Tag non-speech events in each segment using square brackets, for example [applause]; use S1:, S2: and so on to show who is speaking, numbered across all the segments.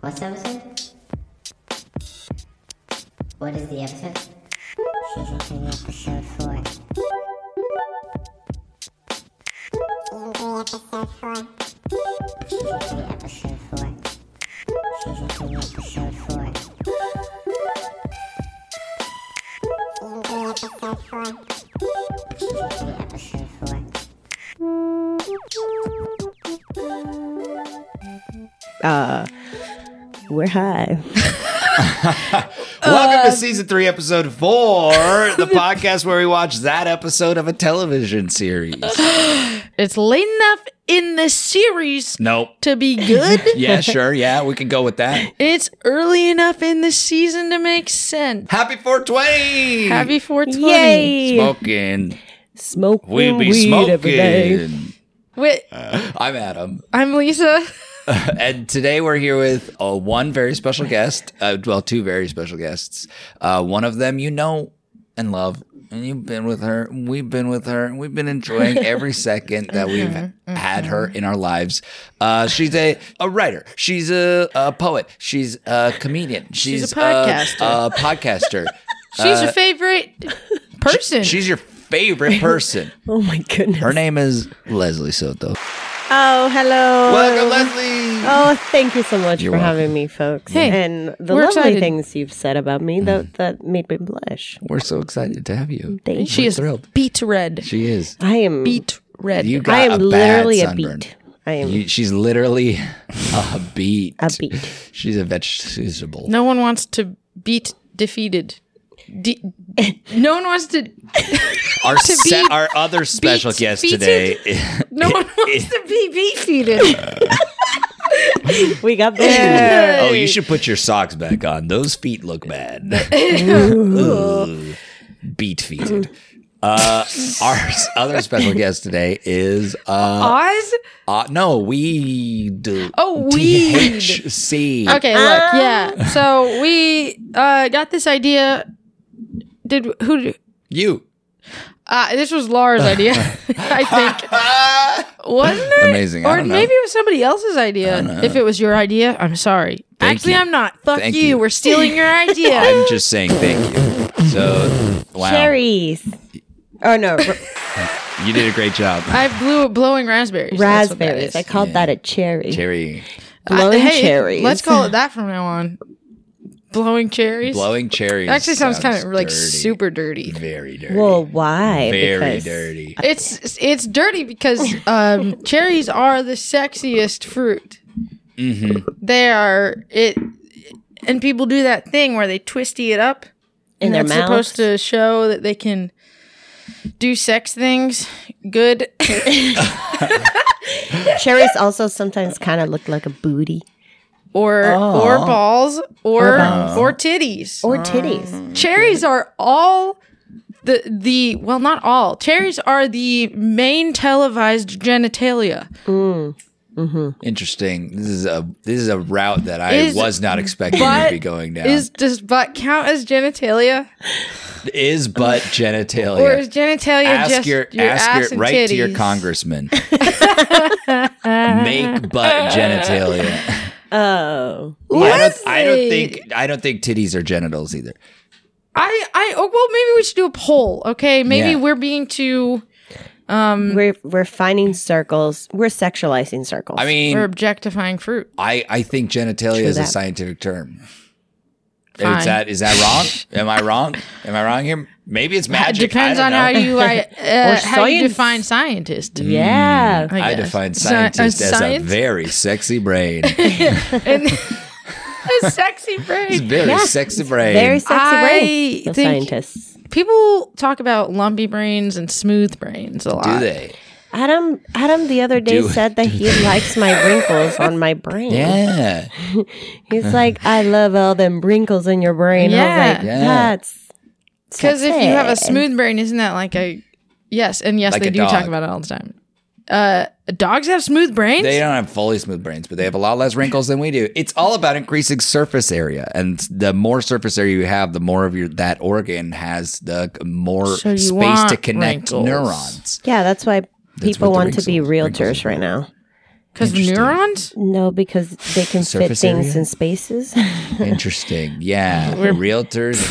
S1: What's the episode? What is the episode? Season 2, episode 4. Season 3, episode 4. Season 3, episode 4. Season 3, episode 4. Season 3, episode 4. Season 3, episode 4.
S2: We're high.
S3: Welcome
S2: Uh,
S3: to season three, episode four,
S2: [laughs]
S3: the podcast where we watch that episode of a television series.
S4: It's late enough in this series
S3: Nope.
S2: [laughs]
S4: to
S3: [laughs]
S4: be good.
S3: Yeah, sure. Yeah, we could go with that.
S4: it's early enough in this season to make sense.
S3: Happy 420!
S4: Happy 420.
S2: Yay!
S3: smoking.
S2: Smoke
S3: We be
S2: weed every day.
S3: smoking.
S4: Wait,
S3: I'm Adam, [laughs]
S4: I'm Lisa.
S3: and today we're here with uh, one very special guest. Uh, well, two very special guests. Uh, one of them you know and love, and you've been with her. and We've been with her. and We've been enjoying every second that we've had her in our lives. Uh, she's a, a writer. She's a, a poet. She's a comedian. She's,
S4: a podcaster.
S3: A, podcaster.
S4: She's
S3: Uh, [laughs]
S4: your favorite person.
S3: she's your favorite person.
S2: Oh my goodness.
S3: Her name is Leslie Soto.
S2: Oh, hello.
S3: Welcome, Leslie.
S2: Oh, thank you so much
S3: You're
S2: for
S3: welcome.
S2: having me, folks.
S4: Hey,
S2: and the
S4: we're
S2: lovely
S4: excited.
S2: things you've said about me
S3: Mm.
S2: that that made me blush.
S3: We're so excited to have you.
S2: Thank
S4: she
S3: we're
S4: is
S3: thrilled.
S4: beat red.
S3: She is.
S2: I am
S4: beat red.
S3: You got
S2: I am
S3: a
S2: literally
S3: bad
S2: a
S3: sunburn.
S2: beat. I am
S3: You, she's literally [laughs] a beat.
S2: a beat.
S3: She's a vegetable.
S4: no one wants to beat defeated.
S3: [laughs]
S4: De- no one wants to.
S3: our se-
S4: be
S3: our other special
S4: beat-
S3: guest [laughs]
S4: beated?
S3: today.
S4: No one wants to be defeated.
S2: [laughs] We
S3: [laughs]
S2: got there.
S3: oh, you should put your socks back on. Those feet look bad. Ooh. beat feet. Uh, our s- other special guest today is uh,
S4: Oz.
S3: uh no weed. [laughs]
S4: Oh, weed.
S3: THC.
S4: Okay, look,
S2: Ah.
S4: yeah. So we uh, got this idea. Did who?
S3: You.
S4: Uh, this was Laura's idea, [laughs] I
S2: [laughs]
S4: think. Wasn't it?
S3: Amazing. I
S4: Or
S3: don't know.
S4: maybe it was somebody else's idea. If it was your idea, I'm sorry.
S3: Thank
S4: Actually,
S3: you.
S4: I'm not. Fuck
S3: Thank
S4: you.
S3: you.
S4: We're stealing
S3: [laughs]
S4: your idea.
S3: I'm just saying thank you. So, wow.
S2: Cherries. Oh [laughs] no, r-
S3: You did a great job.
S4: I blew blowing raspberries. That's what that
S2: raspberries. I
S4: is.
S2: called that a cherry.
S3: Cherry.
S2: Blowing
S4: I- hey,
S2: cherries.
S4: Let's call it that from now
S3: [laughs]
S4: on. Blowing cherries.
S3: Blowing cherries.
S4: Actually, sounds, kind of like
S3: dirty.
S4: super dirty.
S3: Very dirty.
S2: Well, why?
S3: Very
S2: Because-
S3: dirty.
S4: It's it's dirty because um, cherries are the sexiest fruit.
S3: Mm-hmm.
S4: They are it, and people do that thing where they twisty it up.
S2: In
S4: and
S2: their
S4: that's
S2: mouths.
S4: supposed to show that they can do sex things good.
S2: Cherries also sometimes kind of look like a booty
S4: or
S2: Oh.
S4: or balls or or,
S2: balls.
S4: titties.
S2: or titties.
S4: cherries are all the the well not all. Cherries are the main televised genitalia.
S3: Interesting. This is a this is a route that I
S4: Is
S3: was not expecting to
S4: butt-
S3: be going down.
S4: Is does butt count as genitalia?
S3: Is
S4: [laughs]
S3: but genitalia.
S4: Or is genitalia
S3: ask
S4: just
S3: your, ask
S4: ass
S3: your
S4: and
S3: right to your
S4: titties? [laughs]
S3: congressman. Make butt genitalia.
S2: Oh,
S3: I don't, I don't
S4: Leslie!
S3: think I don't think titties are genitals either.
S4: I I oh, well maybe we should do a poll. Okay, maybe
S3: Yeah.
S4: we're being too
S2: we're we're finding circles. We're sexualizing circles.
S3: I mean,
S4: we're objectifying fruit.
S3: I, I think genitalia
S2: True
S3: is a
S2: that.
S3: scientific term. Is
S4: Fine.
S3: that is that wrong? Am I wrong? Am I wrong here? Maybe it's
S4: It
S3: magic.
S4: depends
S3: I
S4: on
S3: don't
S4: how
S3: know. Mm-hmm.
S4: you I, uh, how you
S2: science.
S4: define scientist.
S2: yeah.
S3: [laughs]
S4: I
S3: I
S4: guess.
S3: define
S4: Sci-
S3: scientist
S4: uh,
S3: as a
S4: science?
S3: very sexy brain.
S4: [laughs] And
S3: [laughs]
S4: a sexy
S3: It's
S4: brain.
S3: very
S2: Yeah.
S3: sexy brain.
S2: Very sexy
S4: I
S2: brain. The
S4: think-
S2: scientists.
S4: People talk about lumpy brains and smooth brains a lot.
S3: Do they?
S2: Adam Adam the other day
S3: Do-
S2: said
S3: [laughs]
S2: that he likes my wrinkles on my brain.
S3: Yeah.
S2: He's like, I love all them wrinkles in your brain. I
S4: Yeah.
S2: was like,
S3: Yeah.
S2: that's
S4: Because if you have a
S2: sexy.
S4: smooth brain, isn't that like a yes? And yes,
S3: Like
S4: they
S3: a
S4: do
S3: dog.
S4: talk about it all the time. Uh, dogs have smooth brains.
S3: They don't have fully smooth brains, but they have a lot less wrinkles than we do. It's all about increasing surface area, and the more surface area you have, the more of your that organ has the more
S4: So you
S3: space
S4: want
S3: to connect
S4: wrinkles.
S3: neurons.
S2: Yeah, that's why
S3: what
S2: people
S3: the
S2: want to be
S3: wrinkles- wrinkles
S2: realtors right now.
S4: Because the
S3: Interesting.
S4: neurons?
S2: No, because they can fit
S3: Surface
S2: things
S3: area?
S2: in spaces.
S3: [laughs]
S2: [laughs]
S3: Interesting. Yeah.
S4: [laughs]
S3: Realtors.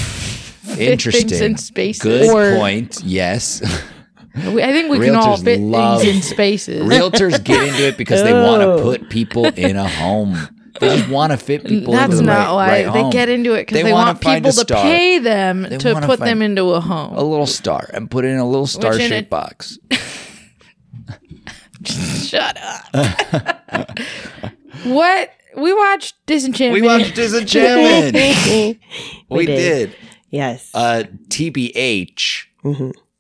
S4: Things
S3: Interesting.
S4: in spaces.
S3: Good
S4: Or-
S3: point. Yes. [laughs]
S4: We- I think we can all
S3: Realtors
S4: fit
S3: love-
S4: things in spaces.
S3: Realtors get into it because they want to
S2: Oh.
S3: put people in a home. They just want to fit people
S4: That's
S3: into the
S4: not
S3: right,
S4: why
S3: right
S4: they
S3: home.
S4: get into it because
S3: They
S4: they,
S3: wanna
S4: want
S3: find
S4: people
S3: a
S4: to
S3: star.
S4: pay them
S3: They
S4: to
S3: wanna
S4: put
S3: find-
S4: them into a
S3: a
S4: home.
S3: little star and put it in a little star-shaped
S4: it- [laughs]
S3: box.
S4: Shut up.
S3: [laughs]
S4: what we watched Disenchantment.
S3: We watched Disenchantment. we,
S2: We
S3: did.
S2: did. yes.
S3: Uh, TBH.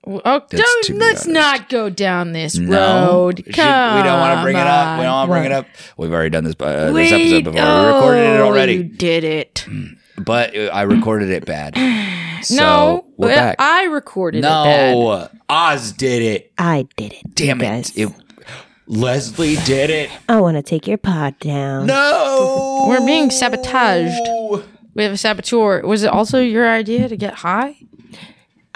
S4: Oh,
S3: to
S4: don't,
S3: be
S4: let's
S3: honest.
S4: not go down this
S3: No,
S4: road.
S3: Should-
S4: Come
S3: we don't want to bring it up. We don't want to bring
S2: What?
S3: it up. We've already done this uh,
S4: on.
S3: this episode before.
S4: Oh,
S3: we recorded it
S4: You
S3: already,
S4: did it.
S3: but uh, I recorded it
S4: [clears throat]
S3: bad. So
S4: no,
S3: we're
S4: well,
S3: back.
S4: I recorded it bad.
S3: no, Oz did it.
S2: I did it.
S3: Damn
S2: you
S3: it.
S2: guys.
S3: it. Leslie did
S4: [laughs]
S3: it.
S2: I want to take your pod down.
S3: No,
S4: We're being sabotaged. We have a saboteur. Was it also your idea to get high?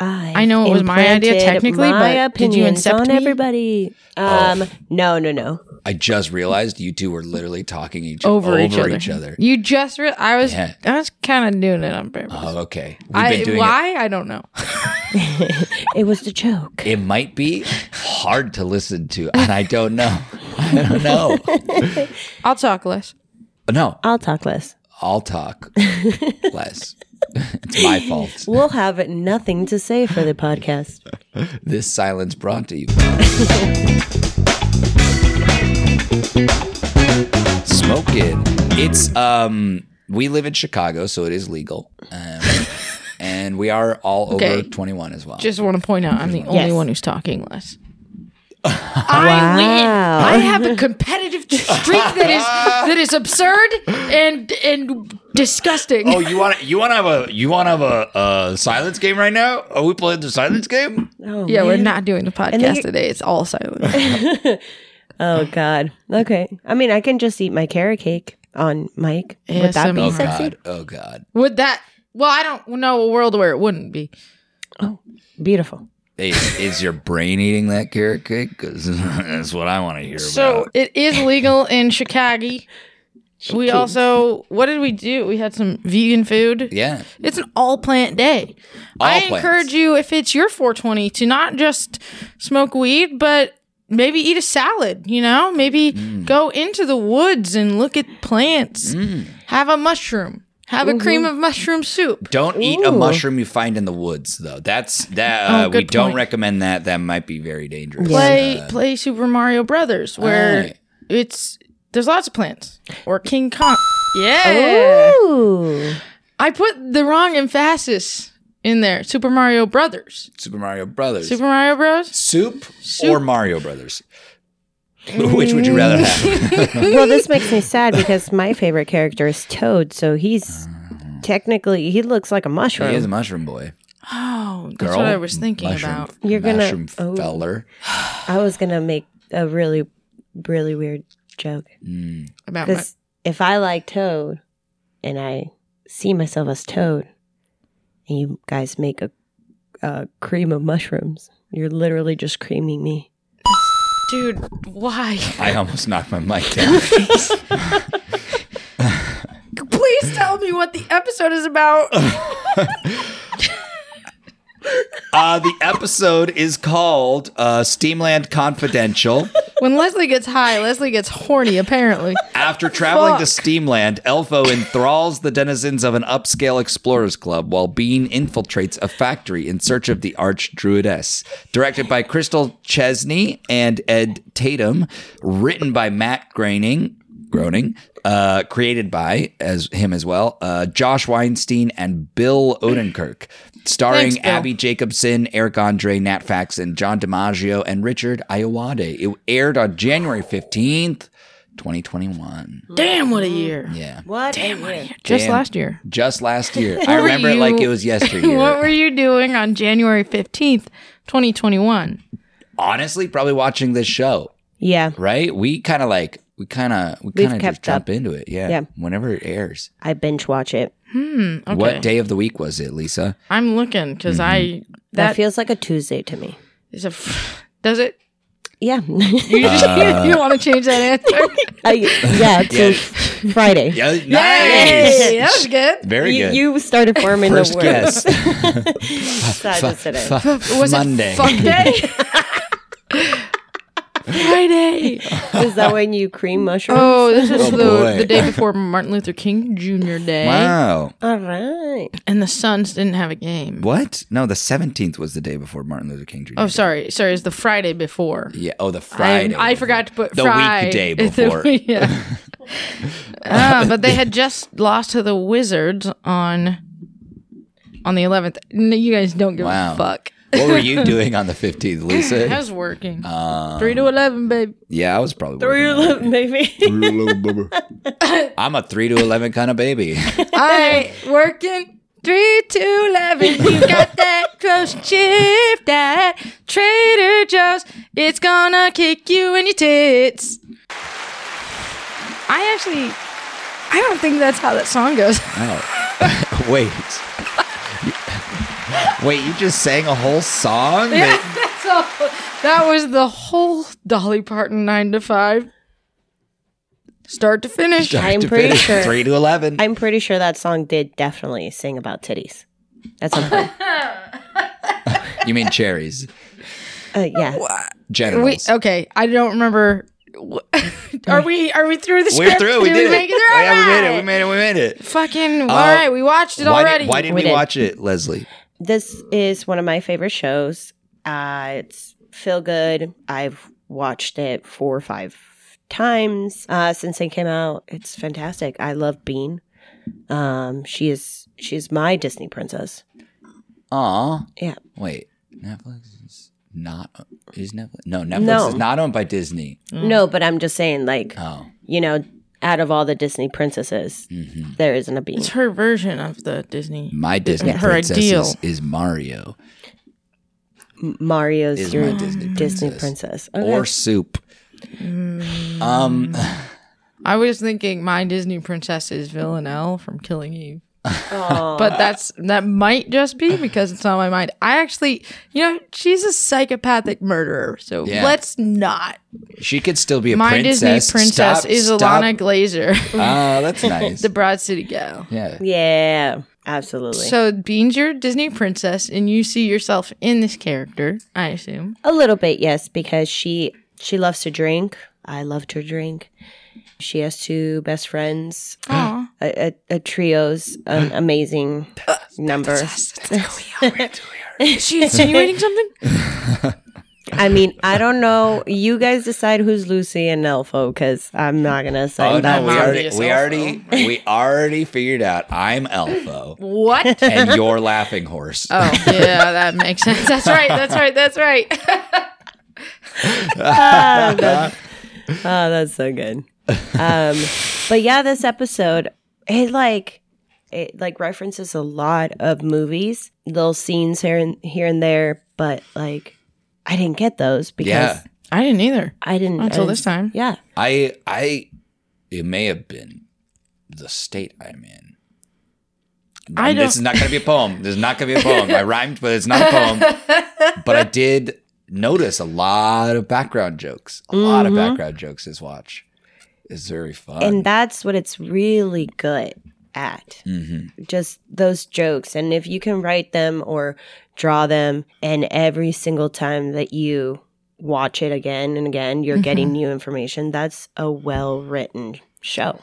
S4: I know it was my idea
S2: implanted my
S4: technically, but did you
S2: opinions
S4: incept
S2: on
S4: me? Oh.
S2: everybody? Um, no, no, no.
S3: I just realized you two were literally talking each
S4: Over, each, other.
S3: Each other.
S4: You just re- I was
S3: Yeah.
S4: I was kind of doing it on purpose.
S3: Oh, okay. We've
S4: I
S3: been doing it.
S4: why I don't know.
S2: It was the joke.
S3: It might be hard to listen to, and I don't know. I don't
S4: [laughs]
S3: know.
S4: I'll talk less.
S3: No,
S2: I'll talk less.
S3: I'll
S4: [laughs]
S3: talk less. it's my fault.
S2: We'll have nothing to say for the podcast.
S3: This silence brought to you. Smoking. It's um. We live in Chicago, so it is legal,
S4: [laughs]
S3: um, and we are all
S4: Okay.
S3: over twenty-one as well.
S4: Just want to point out I'm the only
S2: Yes.
S4: one who's talking
S3: [laughs]
S4: less. I win.
S2: Wow.
S4: I have a competitive streak that is that is absurd and and disgusting.
S3: Oh, you want to you want to have a you want to have a uh, silence game right now? Are we playing the silence game?
S2: Oh,
S4: yeah, we're
S2: man.
S4: not doing the
S2: then
S4: podcast
S2: you-
S4: today. It's all silent. [laughs]
S2: Oh God. Okay. I mean, I can just eat my carrot cake on mic. Would that be
S4: ASMR.
S2: sexy?
S3: God! Oh God!
S4: Would that? Well, I don't know a world where it wouldn't be.
S2: Beautiful.
S3: Is, is your brain eating that carrot cake? Because [laughs] that's what I want to hear
S4: So
S3: about.
S4: it
S3: [laughs]
S4: is legal in Chicago. We also, what did we do? We had some vegan food.
S3: Yeah,
S4: It's an all plant day.
S3: All
S4: I
S3: plants.
S4: encourage you, if it's your 420, to not just smoke weed, but maybe eat a salad, you know? Maybe
S3: Mm.
S4: go into the woods and look at plants. Have a mushroom. Have a cream
S3: Mm-hmm.
S4: of mushroom soup.
S3: don't eat a
S2: Ooh.
S3: mushroom you find in the woods, though. That's that. Uh,
S4: Oh,
S3: we
S4: good
S3: don't
S4: point.
S3: recommend that. That might be very dangerous.
S4: Play
S3: Uh,
S4: play Super Mario Brothers where
S3: Alright.
S4: it's there's lots of plants. Or King Kong.
S3: Oh.
S4: Yeah.
S2: Ooh.
S4: I put the wrong emphasis in there. Super Mario Brothers.
S3: Super Mario Brothers.
S4: Super Mario Bros.
S3: Soup, or Mario Brothers? [laughs] Which would you rather
S4: Mm.
S3: have?
S4: [laughs]
S2: Well, this makes me sad because my favorite character is Toad, so he's technically he looks like a
S3: he
S2: mushroom.
S3: is a mushroom boy.
S4: Oh, that's
S3: Girl,
S4: what I was thinking
S3: mushroom,
S4: about.
S2: You're gonna-
S3: mushroom
S2: oh.
S3: feller.
S2: I was gonna make a really, really weird joke
S4: About my,
S2: because if I like Toad, and I see myself as Toad, and you guys make a, a cream of mushrooms, you're literally just creaming me.
S4: dude, why?
S3: I almost knocked my mic
S4: [laughs]
S3: down.
S4: Please tell me what the episode is
S3: [laughs]
S4: about.
S3: Uh, the episode is called uh, Steamland Confidential.
S4: when Leslie gets high, Leslie gets horny.
S3: [laughs]
S4: Apparently,
S3: After traveling to
S4: Fuck.
S3: Steamland, Elfo enthralls the denizens of an upscale explorers club while Bean infiltrates a factory in search of the arch druidess. Directed by Crystal Chesney and Ed Tatum, written by Matt Groening, Groening, uh, created by as him as well, uh, Josh Weinstein and Bill Odenkirk, starring
S4: Thanks, Bill.
S3: Abby Jacobson, Eric Andre, Nat Faxon, John DiMaggio, and Richard Iowade. It aired on January fifteenth. 2021.
S4: damn, what a year!
S3: Yeah.
S2: What? Damn,
S4: Just
S3: Damn.
S4: last year.
S3: Just last year. I
S4: were
S3: remember it
S4: you-
S3: like it
S4: [laughs]
S3: was yesteryear.
S4: What were you doing on January fifteenth, twenty twenty one?
S3: Honestly, probably watching this show,
S2: Yeah,
S3: right? We kind of like, we kind of, we
S2: We've
S3: kind of just
S2: kept
S3: jump
S2: up.
S3: into it. Yeah.
S2: Yeah.
S3: Whenever it airs.
S2: I binge watch it.
S4: Okay.
S3: What Mm-hmm. day of the week was it, Lisa?
S4: I'm looking because I
S2: That,
S4: that
S2: feels like a Tuesday to me.
S4: is a f- [laughs] does it [laughs]
S2: Yeah.
S4: You just
S3: Uh,
S4: you want to change that
S3: [laughs]
S4: answer.
S2: I, yeah, to
S3: Yeah.
S2: Friday.
S3: Yeah, nice.
S4: Yay, that was good.
S3: Very
S2: You,
S3: good.
S2: you started forming
S3: First
S2: the words.
S3: guess.
S2: So I just said it.
S4: Was
S3: Monday.
S4: it fuck
S3: [laughs]
S4: day? Friday.
S2: Is that when you cream mushrooms?
S4: Oh, this is
S3: Oh,
S4: the,
S3: boy.
S4: the day before Martin Luther King Jr. Day,
S3: Wow.
S2: All right.
S4: and the Suns didn't have a game.
S3: What? No, the seventeenth was the day before Martin Luther King Jr.
S4: Oh, sorry, sorry, it's the Friday before.
S3: Yeah. Oh, the Friday.
S4: I, I
S3: before.
S4: forgot to put
S3: the
S4: Fri-
S3: weekday
S4: [laughs] it's the-
S3: before. [laughs]
S4: yeah. Ah, but they had just lost to the Wizards on on the 11th. No, you guys don't give
S3: Wow.
S4: a fuck.
S3: what were you doing on the fifteenth,
S4: I
S3: Lisa?
S4: was working.
S3: Uh,
S4: Three to 11, babe.
S3: yeah, I was probably.
S2: Three
S3: working. [laughs]
S2: [laughs] eleven, baby.
S3: I'm a three to eleven kind of baby.
S4: I [laughs] working three to eleven. You got that gross shift at Trader Joe's. It's gonna kick you in your tits. I actually, I don't think that's how that song goes. [laughs]
S3: Oh. [laughs] Wait. Wait, you just sang a whole song? that-
S4: that's all. That was the whole Dolly Parton nine to five, start to finish.
S2: I'm pretty sure.
S3: Three to eleven.
S2: I'm pretty sure that song did definitely sing about titties.
S3: [laughs]
S2: At some point.
S3: you mean cherries?
S2: Uh, yeah.
S4: We,
S3: Genitals.
S4: okay, I don't remember. [laughs] Are we? Are we through the
S3: We're
S4: script?
S3: through. We
S4: Did
S3: did it. Oh,
S4: make it through?
S3: yeah, we made it.
S4: Alright.
S3: We made it. We made it.
S4: Fucking all right, we watched it
S3: Uh, why
S4: already.
S3: Did, why didn't
S2: We
S3: we,
S2: did.
S3: watch it, Leslie?
S2: This is one of my favorite shows. Uh, it's feel good. I've watched it four or five times uh, since it came out. It's fantastic. I love Bean. Um, she is she's my Disney princess.
S3: Aw.
S2: Yeah.
S3: Wait. Netflix is not is Netflix. No, Netflix
S2: No.
S3: is not owned by Disney.
S2: No, but I'm just saying, like
S3: Oh.
S2: you know, out of all the Disney princesses,
S3: Mm-hmm.
S2: there isn't a Bean.
S4: It's her version of the Disney.
S3: My Disney
S4: Her
S3: princess
S4: ideal.
S3: Is, is Mario
S2: M- Mario's
S3: Is
S2: your
S3: my Disney
S2: Disney
S3: princess.
S2: princess. Okay.
S3: or Soup.
S4: Mm.
S3: Um,
S4: I was thinking my Disney princess is Villanelle from Killing Eve.
S2: Aw.
S4: But that's that might just be because it's on my mind. I actually, you know, she's a psychopathic murderer. So
S3: Yeah.
S4: let's not.
S3: she could still be a
S4: My
S3: princess.
S4: Disney princess
S3: Stop,
S4: is
S3: stop.
S4: Alana Glazer, [laughs]
S3: Ah, that's nice.
S4: the Broad City Gal.
S3: yeah.
S2: yeah, absolutely.
S4: So Bean's your Disney princess, and you see yourself in this character, I assume.
S2: A little bit, yes, because she she loves to drink. I love to drink. She has two best friends,
S4: Aw.
S2: a, a, a trio's an amazing
S3: Uh,
S2: number.
S4: Is she insinuating [laughs] something?
S2: I mean, I don't know. You guys decide who's Lucy and Elfo, because I'm not gonna assign
S3: Oh
S2: that.
S3: no, we
S2: one.
S4: Mom
S3: already
S4: is
S3: we
S4: Elfo. [laughs]
S3: already we already figured out I'm Elfo
S4: What?
S3: and you're Laughing Horse.
S4: [laughs] Oh, yeah, that makes sense. That's right. That's right. That's right. [laughs]
S2: Ah, that's, ah, that's
S3: [laughs]
S2: so good. Um, but yeah, this episode it like it like references a lot of movies, little scenes here and here and there, but like I didn't get those because
S3: yeah.
S4: I didn't either.
S2: I didn't
S4: Until
S2: I
S4: this
S2: didn't-
S4: time.
S2: Yeah,
S3: I I it may have been the state I'm in.
S4: I
S3: And
S4: don't-
S3: This is not going to be a poem. This is not going to be a poem. I rhymed, but it's not a poem.
S4: [laughs]
S3: But I did notice a lot of background jokes. A lot of
S4: Mm-hmm.
S3: background jokes this watch. It's very fun.
S2: and that's what it's really good at.
S3: Mhm.
S2: Just those jokes, and if you can write them or draw them, and every single time that you watch it again and again, you're
S4: Mm-hmm.
S2: getting new information. That's a well written show.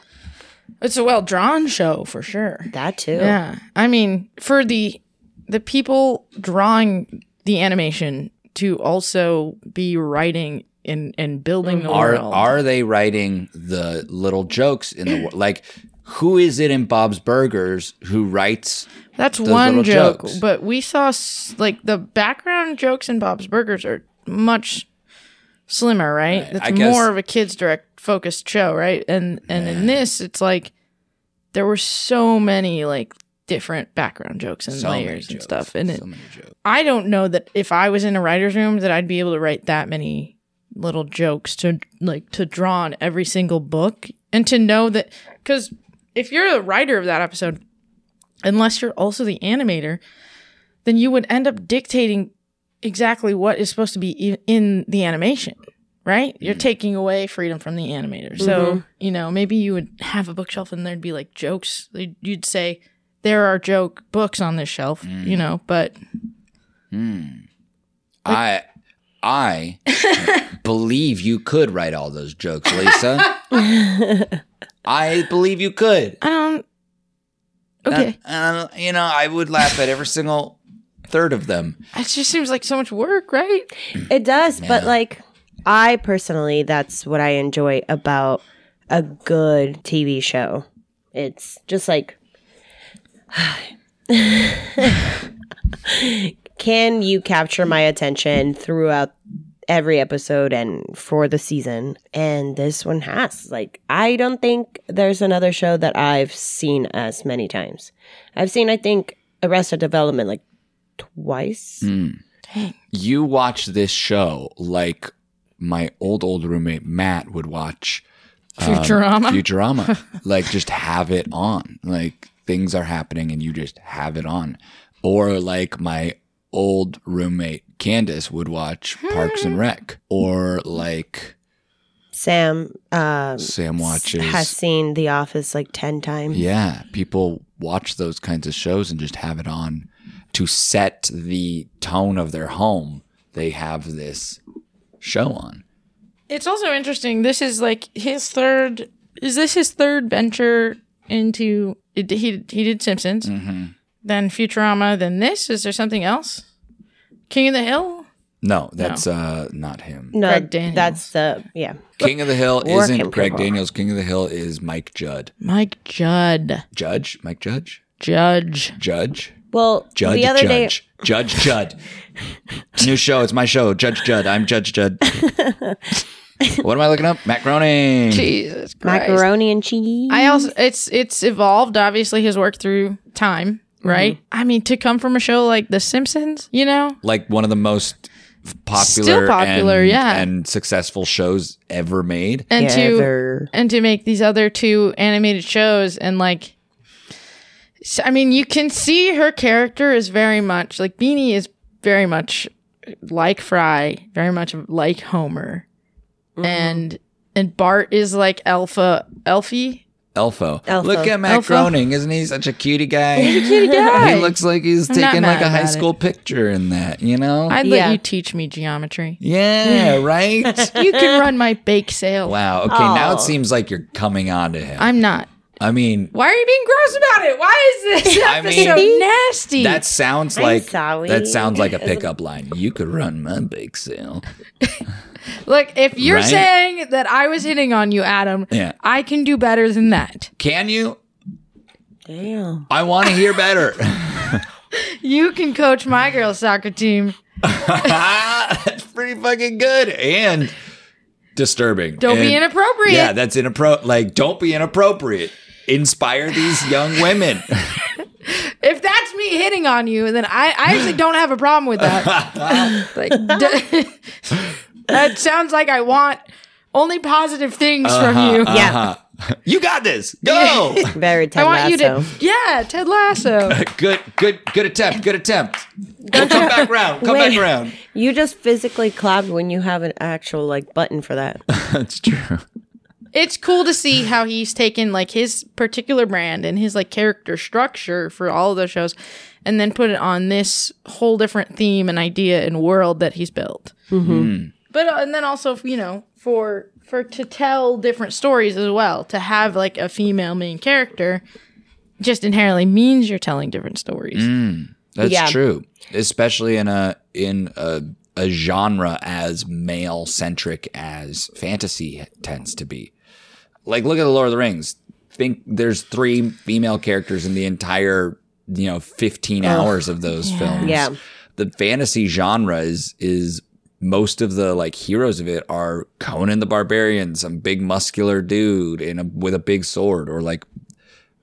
S4: It's a well drawn show for sure.
S2: That too.
S4: Yeah. I mean, for the the people drawing the animation to also be writing and and building the
S3: are
S4: world.
S3: are they writing the little jokes in the world? Like, who is it in Bob's Burgers who writes?
S4: That's
S3: those
S4: one
S3: little
S4: joke,
S3: jokes.
S4: but we saw s- like the background jokes in Bob's Burgers are much slimmer, right?
S3: Right.
S4: That's
S3: I guess-
S4: more of a kids direct focused show, right? And and in this, it's like there were so many like different background jokes and
S3: So many
S4: layers and
S3: jokes,
S4: stuff, and it,
S3: so many jokes.
S4: I don't know that if I was in a writer's room that I'd be able to write that many little jokes to like to draw on every single book and to know that because if you're the writer of that episode, unless you're also the animator, then you would end up dictating exactly what is supposed to be i- in e, the animation. right? You're taking away freedom from the animator. So, you know, maybe you would have a bookshelf and there'd be like jokes. You'd you'd say, there are joke books on this shelf, you know, but
S3: I
S4: [laughs]
S3: I believe you could write all those jokes, Lisa. [laughs] I believe you could.
S4: I don't. Um, Okay.
S3: Uh, uh, you know, I would laugh at every single third of them.
S4: it just seems like so much work, right?
S2: It does, but like I personally that's what I enjoy about a good TV show. It's just like [sighs] can you capture my attention throughout every episode and for the season? And this one has. Like I don't think there's another show that I've seen as many times. I've seen I think Arrested Development like twice.
S3: You watch this show like my old old roommate Matt would watch
S4: Um, Futurama.
S3: Futurama. like just have it on. Like things are happening and you just have it on. Or like my old roommate Candace would watch Parks and Rec. Or like
S2: Sam um
S3: Sam watches
S2: has seen The Office like 10 times.
S3: Yeah, people watch those kinds of shows and just have it on to set the tone of their home. They have this show on.
S4: It's also interesting. This is like his third. Is this his third venture into? It, he he did Simpsons, then Futurama, then this. Is there something else? King of the Hill.
S3: No, that's uh not him.
S2: No,
S4: Greg Daniels.
S2: that's the yeah.
S3: King of the Hill
S2: Or
S3: isn't
S2: him,
S3: Greg
S2: people.
S3: Daniels. King of the Hill is Mike Judd.
S4: Mike Judd,
S3: Judge? Mike Judge?
S4: Judge.
S3: Judge?
S2: Well,
S3: Judge
S2: the other day
S3: Judge. Judge
S4: [laughs]
S3: Judd. New show. It's my show. Judge Judd. I'm Judge
S4: [laughs]
S3: Judd. what am I looking up? Macaroni.
S4: Jesus
S2: macaroni and cheese.
S4: I also it's it's evolved obviously his work through time, right? I mean to come from a show like The Simpsons, you know?
S3: like one of the most f- popular,
S4: Still popular,
S3: and,
S4: yeah.
S3: and successful shows ever made.
S4: And to
S2: Ever.
S4: and to make these other two animated shows and like s- I mean, you can see her character is very much like Beanie is very much like Fry, very much like Homer.
S3: Mm-hmm.
S4: And and Bart is like Alpha Elfie.
S3: Elfo.
S2: Elfo.
S3: Look at Matt
S4: Elfo.
S3: Groening, isn't he such a cutie guy?
S4: [laughs]
S3: [laughs]
S4: guy.
S3: He looks like he's
S4: not
S3: taking like
S4: mad
S3: a high
S4: about it.
S3: school picture in that, you know?
S4: I'd
S2: Yeah.
S4: let you teach me geometry.
S3: yeah,
S4: [laughs]
S3: right?
S4: You can run my bake
S3: [laughs]
S4: sale.
S3: wow. Okay, now
S4: Oh.
S3: it
S2: Aw.
S3: seems like you're coming on to him. i
S4: I'm not.
S3: mean,
S4: Why are you being gross about it? Why is this
S3: [laughs] I mean-
S4: episode nasty?
S3: that sounds like
S2: sorry.
S3: that sounds like a pickup line. You could run my bake sale.
S4: Look, if you're
S3: Right?
S4: saying that I was hitting on you, Adam,
S3: Yeah.
S4: I can do better than that.
S3: Can you?
S2: Damn.
S3: I want to hear better. [laughs]
S4: You can coach my girls' soccer team.
S3: that's pretty fucking good and disturbing.
S4: Don't be
S3: And-
S4: inappropriate.
S3: Yeah, that's inappro. Like, don't be inappropriate. Inspire these young women.
S4: if that's me hitting on you, then I, I actually don't have a problem
S3: [laughs]
S4: with that. like, d- [laughs] that sounds like I want only positive things from you.
S2: Yeah.
S3: Uh-huh. You got this. Go.
S2: Very Ted
S4: I want you
S2: Lasso.
S4: to, yeah, Ted Lasso.
S3: good. Good. Good attempt. Good attempt. Come back round. Come
S2: Wait.
S3: back round.
S2: You just physically clapped when you have an actual like button
S3: [laughs]
S2: for that.
S3: That's true.
S4: it's cool to see how he's taken like his particular brand and his like character structure for all of those shows and then put it on this whole different theme and idea and world that he's built mm-hmm. but uh, and then also you know for for to tell different stories as well to have like a female main character just inherently means you're telling different stories
S3: That's
S2: Yeah.
S3: true. Especially in a in a a genre as male centric as fantasy tends to be. Like look at the Lord of the Rings. Think there's three female characters in the entire, you know, 15 hours of those films.
S2: Yeah.
S3: The fantasy genre is is most of the like heroes of it are Conan the Barbarian, some big muscular dude in a with a big sword or like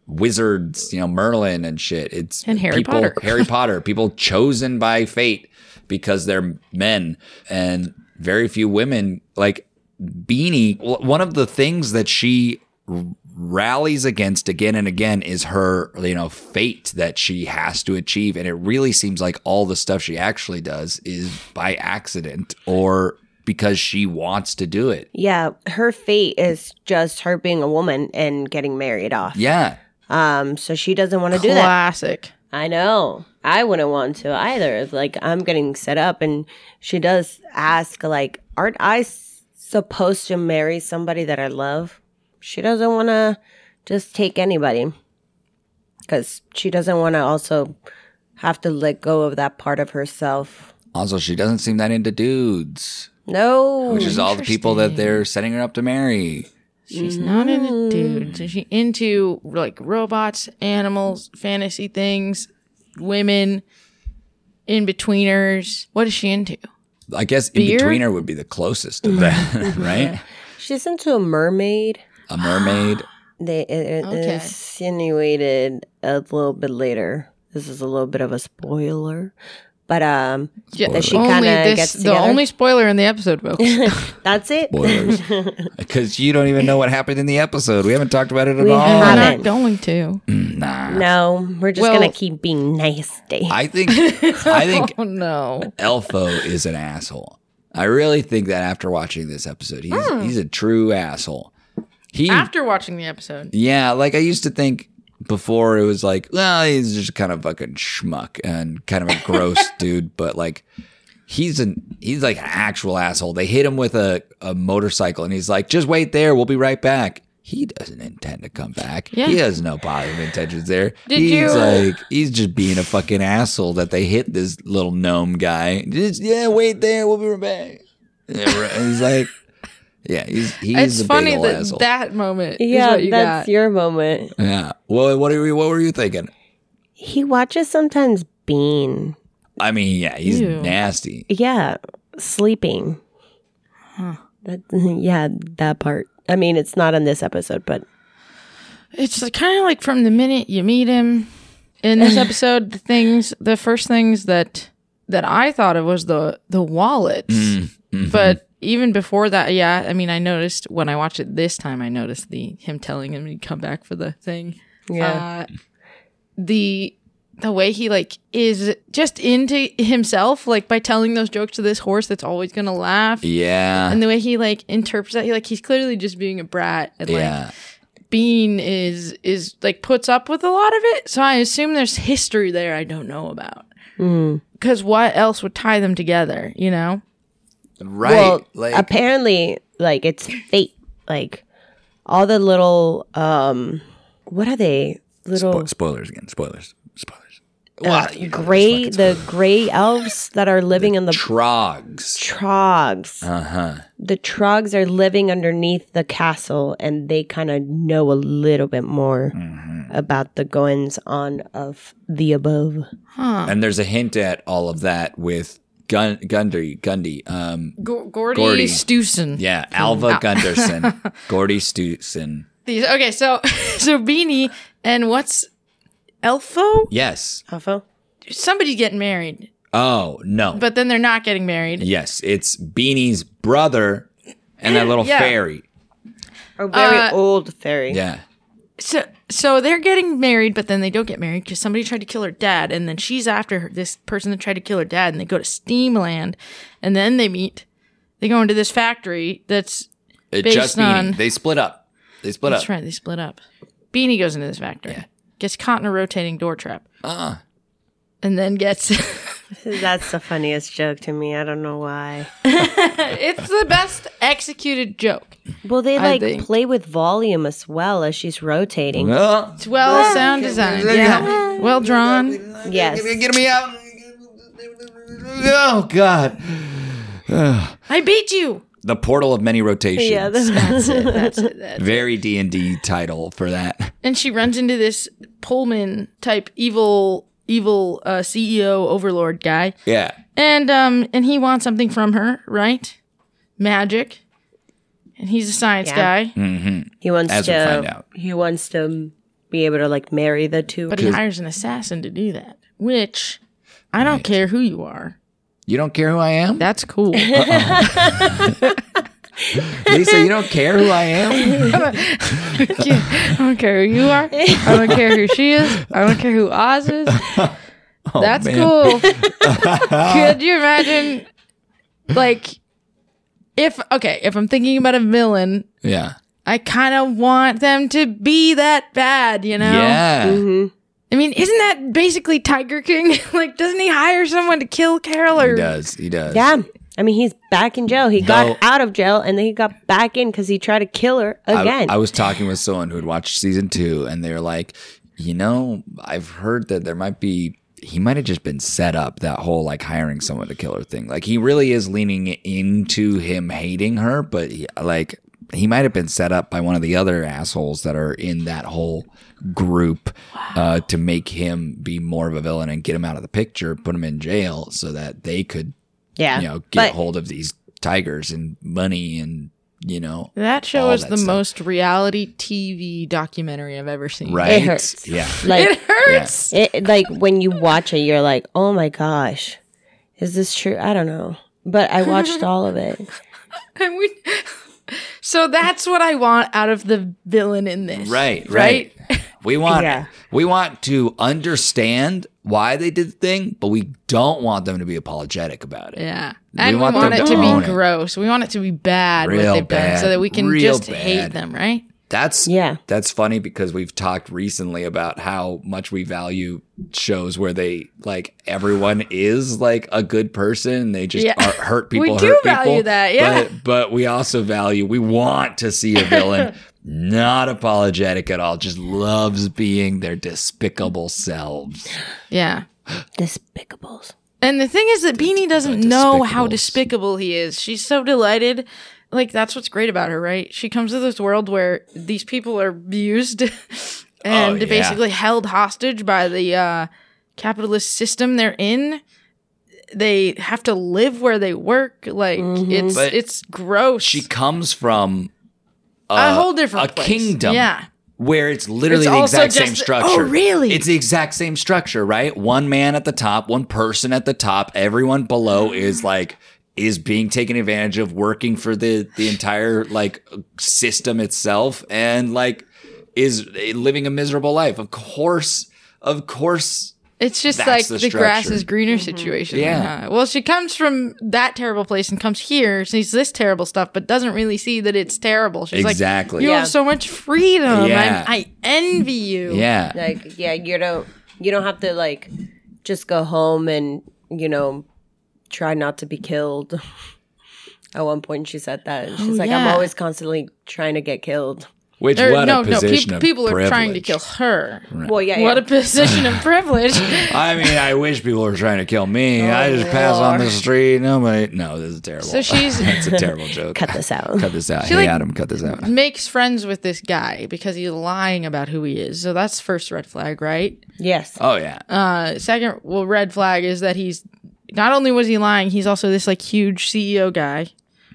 S3: wizards, you know, Merlin and shit. It's
S4: And Harry
S3: people-
S4: Potter. [laughs]
S3: Harry Potter, people chosen by fate because they're men, and very few women. Like Beanie, w- one of the things that she r- rallies against again and again is her, you know, fate that she has to achieve, and it really seems like all the stuff she actually does is by accident or because she wants to do it.
S2: Yeah, her fate is just her being a woman and getting married off.
S3: Yeah.
S2: Um, so she doesn't want to do that.
S4: Classic.
S2: I know. I wouldn't want to either. It's Like I'm getting set up, and she does ask, like, "Aren't I s- supposed to marry somebody that I love?" She doesn't want to just take anybody because she doesn't want to also have to let go of that part of herself.
S3: Also, she doesn't seem that into dudes,
S2: No,
S3: which is all the people that they're setting her up to marry.
S4: She's not into dudes. Is she Mm. into like robots, animals, fantasy things, women, in betweeners? What is she into?
S3: I guess in
S4: Beer?
S3: betweener would be the closest of that, [laughs] right?
S2: she's into a mermaid.
S3: A mermaid.
S2: They it, it
S4: Okay.
S2: insinuated a little bit later. This is a little bit of a spoiler, but um,
S4: Yeah,
S2: That she
S4: only
S2: kinda
S4: this-
S2: gets
S4: the
S2: together?
S4: only spoiler in the episode,
S2: [laughs]
S4: folks. Oh,
S2: that's it.
S3: Spoilers. Because you don't even know what happened in the episode. We haven't talked about it at
S2: We
S3: all.
S4: We're
S2: haven't.
S4: not
S3: [laughs]
S4: going to.
S3: Nah.
S2: No, we're just
S4: Well-
S2: gonna keep being nasty.
S3: I think I think
S4: Oh no!
S3: Elfo is an asshole. I really think that after watching this episode, he's he's a true asshole. He
S4: After watching the episode,
S3: Yeah, like I used to think before it was like, well, he's just kind of fucking schmuck and kind of a gross
S4: [laughs]
S3: dude, but like he's an he's like an actual asshole. They hit him with a, a motorcycle and he's like, just wait there, we'll be right back. He doesn't intend to come back.
S4: Yeah.
S3: He has no positive intentions there.
S4: Did
S3: he's
S4: you-
S3: like he's just being a fucking asshole that they hit this little gnome guy. Just yeah, wait there, we'll be right
S4: [laughs]
S3: back. Yeah, right. he's like Yeah, he's he's
S4: it's
S3: a
S4: funny
S3: big old
S4: that
S3: asshole.
S4: that moment is
S2: [laughs] yeah,
S4: what you
S2: that's
S4: got.
S2: your moment.
S3: Yeah. Well, what are you, what were you thinking?
S2: He watches sometimes Bean.
S3: I mean, yeah, he's
S4: Ew.
S3: nasty.
S2: Yeah, sleeping. That, [laughs] yeah, that part. I mean, it's not in this episode, but
S4: it's kind of like from the minute you meet him
S3: [laughs]
S4: in this episode, the things, the first things that that I thought of was the the wallets.
S3: Mm, mm-hmm.
S4: But even before that, yeah, I mean, I noticed when I watched it this time, I noticed the him telling him he'd come back for the thing.
S2: Yeah.
S4: Uh, the the way he like is just into himself, like by telling those jokes to this horse that's always gonna laugh.
S3: Yeah.
S4: And the way he like interprets that, he like he's clearly just being a brat and like
S3: Yeah.
S4: Bean is is like puts up with a lot of it. So I assume there's history there I don't know about. Because what else would tie them together? You know,
S3: Right.
S2: well,
S3: like,
S2: apparently, like it's fate. Like all the little um, what are they? Little uh,
S3: spo- spoilers again. Spoilers. Spoilers.
S4: Uh,
S3: Well, you know, [laughs]
S2: gray, the gray elves that are living in the
S3: trogs.
S2: trogs.
S3: Uh huh.
S2: the trogs are living underneath the castle and they kind of know a little bit more
S3: Mm-hmm.
S2: about the goings on of the above
S3: And there's a hint at all of that with Gun- Gundy. Gundy. Um.
S4: G- Gordy,
S3: Gordy.
S4: Stewson.
S3: Yeah. Alva
S4: [laughs]
S3: Gunderson. Gordy Stewson.
S4: These okay. So [laughs] so Beanie and what's Elfo?
S3: Yes.
S2: Alpha?
S4: Somebody's getting married,
S3: Oh no.
S4: but then they're not getting married.
S3: yes, it's Beanie's brother and
S4: [gasps]
S3: that little
S4: Yeah.
S3: fairy.
S2: a very
S4: Uh,
S2: old fairy
S3: Yeah.
S4: So so they're getting married, but then they don't get married because somebody tried to kill her dad, and then she's after her, this person that tried to kill her dad, and they go to Steamland, and then they meet. They go into this factory that's
S3: It
S4: Based
S3: just
S4: on-
S3: Beanie. They split up. They split
S4: That's
S3: up.
S4: right. They split up. Beanie goes into this factory, gets caught in a rotating door trap,
S3: Uh,
S4: and then gets.
S2: [laughs]
S4: [laughs]
S2: that's the funniest joke to me i don't know why
S4: it's the best executed joke.
S2: well they
S4: I
S2: like
S4: think-
S2: play with volume as well as she's rotating
S3: well,
S4: It's well sound designed. Yeah. Well drawn.
S2: yes
S3: Get me out. Oh God.
S4: I beat you.
S3: The Portal of Many Rotations.
S2: yeah that's
S4: That's it. That's it.
S3: Very D and D title for that. [laughs]
S4: And she runs into this Pullman type evil, evil uh, CEO overlord guy,
S3: Yeah.
S4: and um, and he wants something from her, right? Magic. And he's a science
S2: Yeah.
S4: guy,
S2: [laughs] he wants
S3: As
S2: to
S3: we find out.
S2: he wants to be able to like marry the two
S4: but he hires an assassin to do that, which I don't care who you are.
S3: You don't care who I am,
S4: That's cool. [laughs]
S3: Lisa. You don't care who I
S2: [laughs]
S3: am.
S4: I don't care who you are. I don't care who she is. I don't care who
S3: [laughs]
S4: Oz is. That's
S3: Oh, man. [laughs]
S4: cool. Could you imagine, like, if okay, if I'm thinking about a villain,
S3: Yeah.
S4: I kind of want them to be that bad, you know?
S3: Yeah.
S2: Mm-hmm.
S4: I mean, isn't that basically Tiger King? [laughs] like, doesn't he hire someone to kill Carol? Or
S3: He does. He does.
S2: Yeah. I mean, he's back in jail. He
S3: Though-
S2: got out of jail and then he got back in because he tried to kill her
S3: I-
S2: again.
S3: I, was talking with someone who had watched season two, and they were like, you know, I've heard that there might be. He might have just been set up that whole like hiring someone to kill her thing. Like he really is leaning into him hating her, but he, like he might have been set up by one of the other assholes that are in that whole group uh, to make him be more of a villain and get him out of the picture, put him in jail so that they could,
S2: yeah.
S3: you know, get
S2: [laughs] but
S3: hold of these tigers and money and, you know,
S4: That show
S3: All
S4: is
S3: that
S4: the
S3: stuff.
S4: most reality TV documentary I've ever seen.
S3: right?
S2: hurts.
S3: Yeah.
S2: like,
S4: [laughs] It hurts.
S2: It, like when you watch it, you're like, oh my gosh, is this true? I don't know. But I watched all of [laughs] it.
S4: And we, [laughs] so that's what I want out of the villain in this.
S3: Right, right. We want
S2: Yeah.
S3: we want to understand why they did the thing, but we don't want them to be apologetic about it.
S4: Yeah.
S3: We
S4: And we
S3: want
S4: want,
S3: them
S4: it
S3: to
S4: to
S3: own
S4: be
S3: it.
S4: gross. We want it to be bad
S3: Real
S4: what they've done
S3: bad.
S4: so that we can
S3: Real
S4: just hate
S3: bad.
S4: them, right?
S3: That's
S2: Yeah.
S3: That's funny because we've talked recently about how much we value shows where they like everyone is like a good person. They just
S4: Yeah.
S3: are, hurt
S4: [laughs] We
S3: people.
S4: do
S3: hurt
S4: value
S3: people,
S4: that, yeah.
S3: But, but we also value. We want to see a
S4: [laughs]
S3: villain not apologetic at all. Just loves being their despicable selves.
S4: Yeah.
S2: Despicables.
S4: And the thing is that Beanie doesn't know how
S3: Despicables.
S4: despicable he is. She's so delighted. Like that's what's great about her, right? She comes to this world where these people are abused [laughs] and
S3: Oh, yeah.
S4: basically held hostage by the uh, capitalist system they're in. They have to live where they work. Like it's
S3: Mm-hmm. But
S4: it's gross.
S3: She comes from a,
S4: a whole different
S3: a
S4: place.
S3: kingdom.
S4: Yeah.
S3: where it's literally
S4: It's
S3: the
S4: also
S3: exact
S4: just-
S3: same structure.
S4: oh, really?
S3: It's the exact same structure, right? One man at the top, one person at the top, everyone below is like is being taken advantage of working for the the entire like system itself and like is living a miserable life. Of course, of course.
S4: It's just
S3: That's
S4: like
S3: the
S4: the, grass
S3: structure.
S4: is greener
S2: Mm-hmm.
S4: situation.
S3: Yeah.
S4: Uh, well, she comes from that terrible place and comes here, sees this terrible stuff, but doesn't really see that it's terrible. She's like,
S3: Exactly.
S4: you
S2: Yeah.
S4: have so much freedom.
S3: Yeah.
S4: I, I envy you.
S3: Yeah.
S2: Like, yeah, you don't you don't have to like just go home and, you know, try not to be killed. [laughs] At one point she said that. and She's like, I'm
S4: yeah.
S2: always constantly trying to get killed.
S3: Which
S4: Or,
S3: what
S4: no,
S3: a
S4: no,
S3: position
S4: peop
S3: of
S4: people are trying to
S3: privilege.
S4: kill her.
S2: Well, yeah,
S4: What
S2: yeah.
S4: a
S3: [laughs]
S4: position of privilege.
S3: I mean, I wish people were trying to kill me. I just pass on the street. Nobody. No, this is terrible.
S4: Oh,
S3: [laughs]
S4: So she's-
S3: it's a
S4: [laughs]
S3: terrible joke.
S2: Cut this out.
S3: Cut this out.
S4: She,
S3: hey,
S4: like- Mm-hmm.
S3: Adam, cut this out.
S4: Makes friends with this guy because he's lying about who he is. So that's first red flag, right?
S2: Yes.
S3: Oh yeah.
S4: Uh, second, well, red flag is that he's not only was he lying, he's also this like huge CEO guy.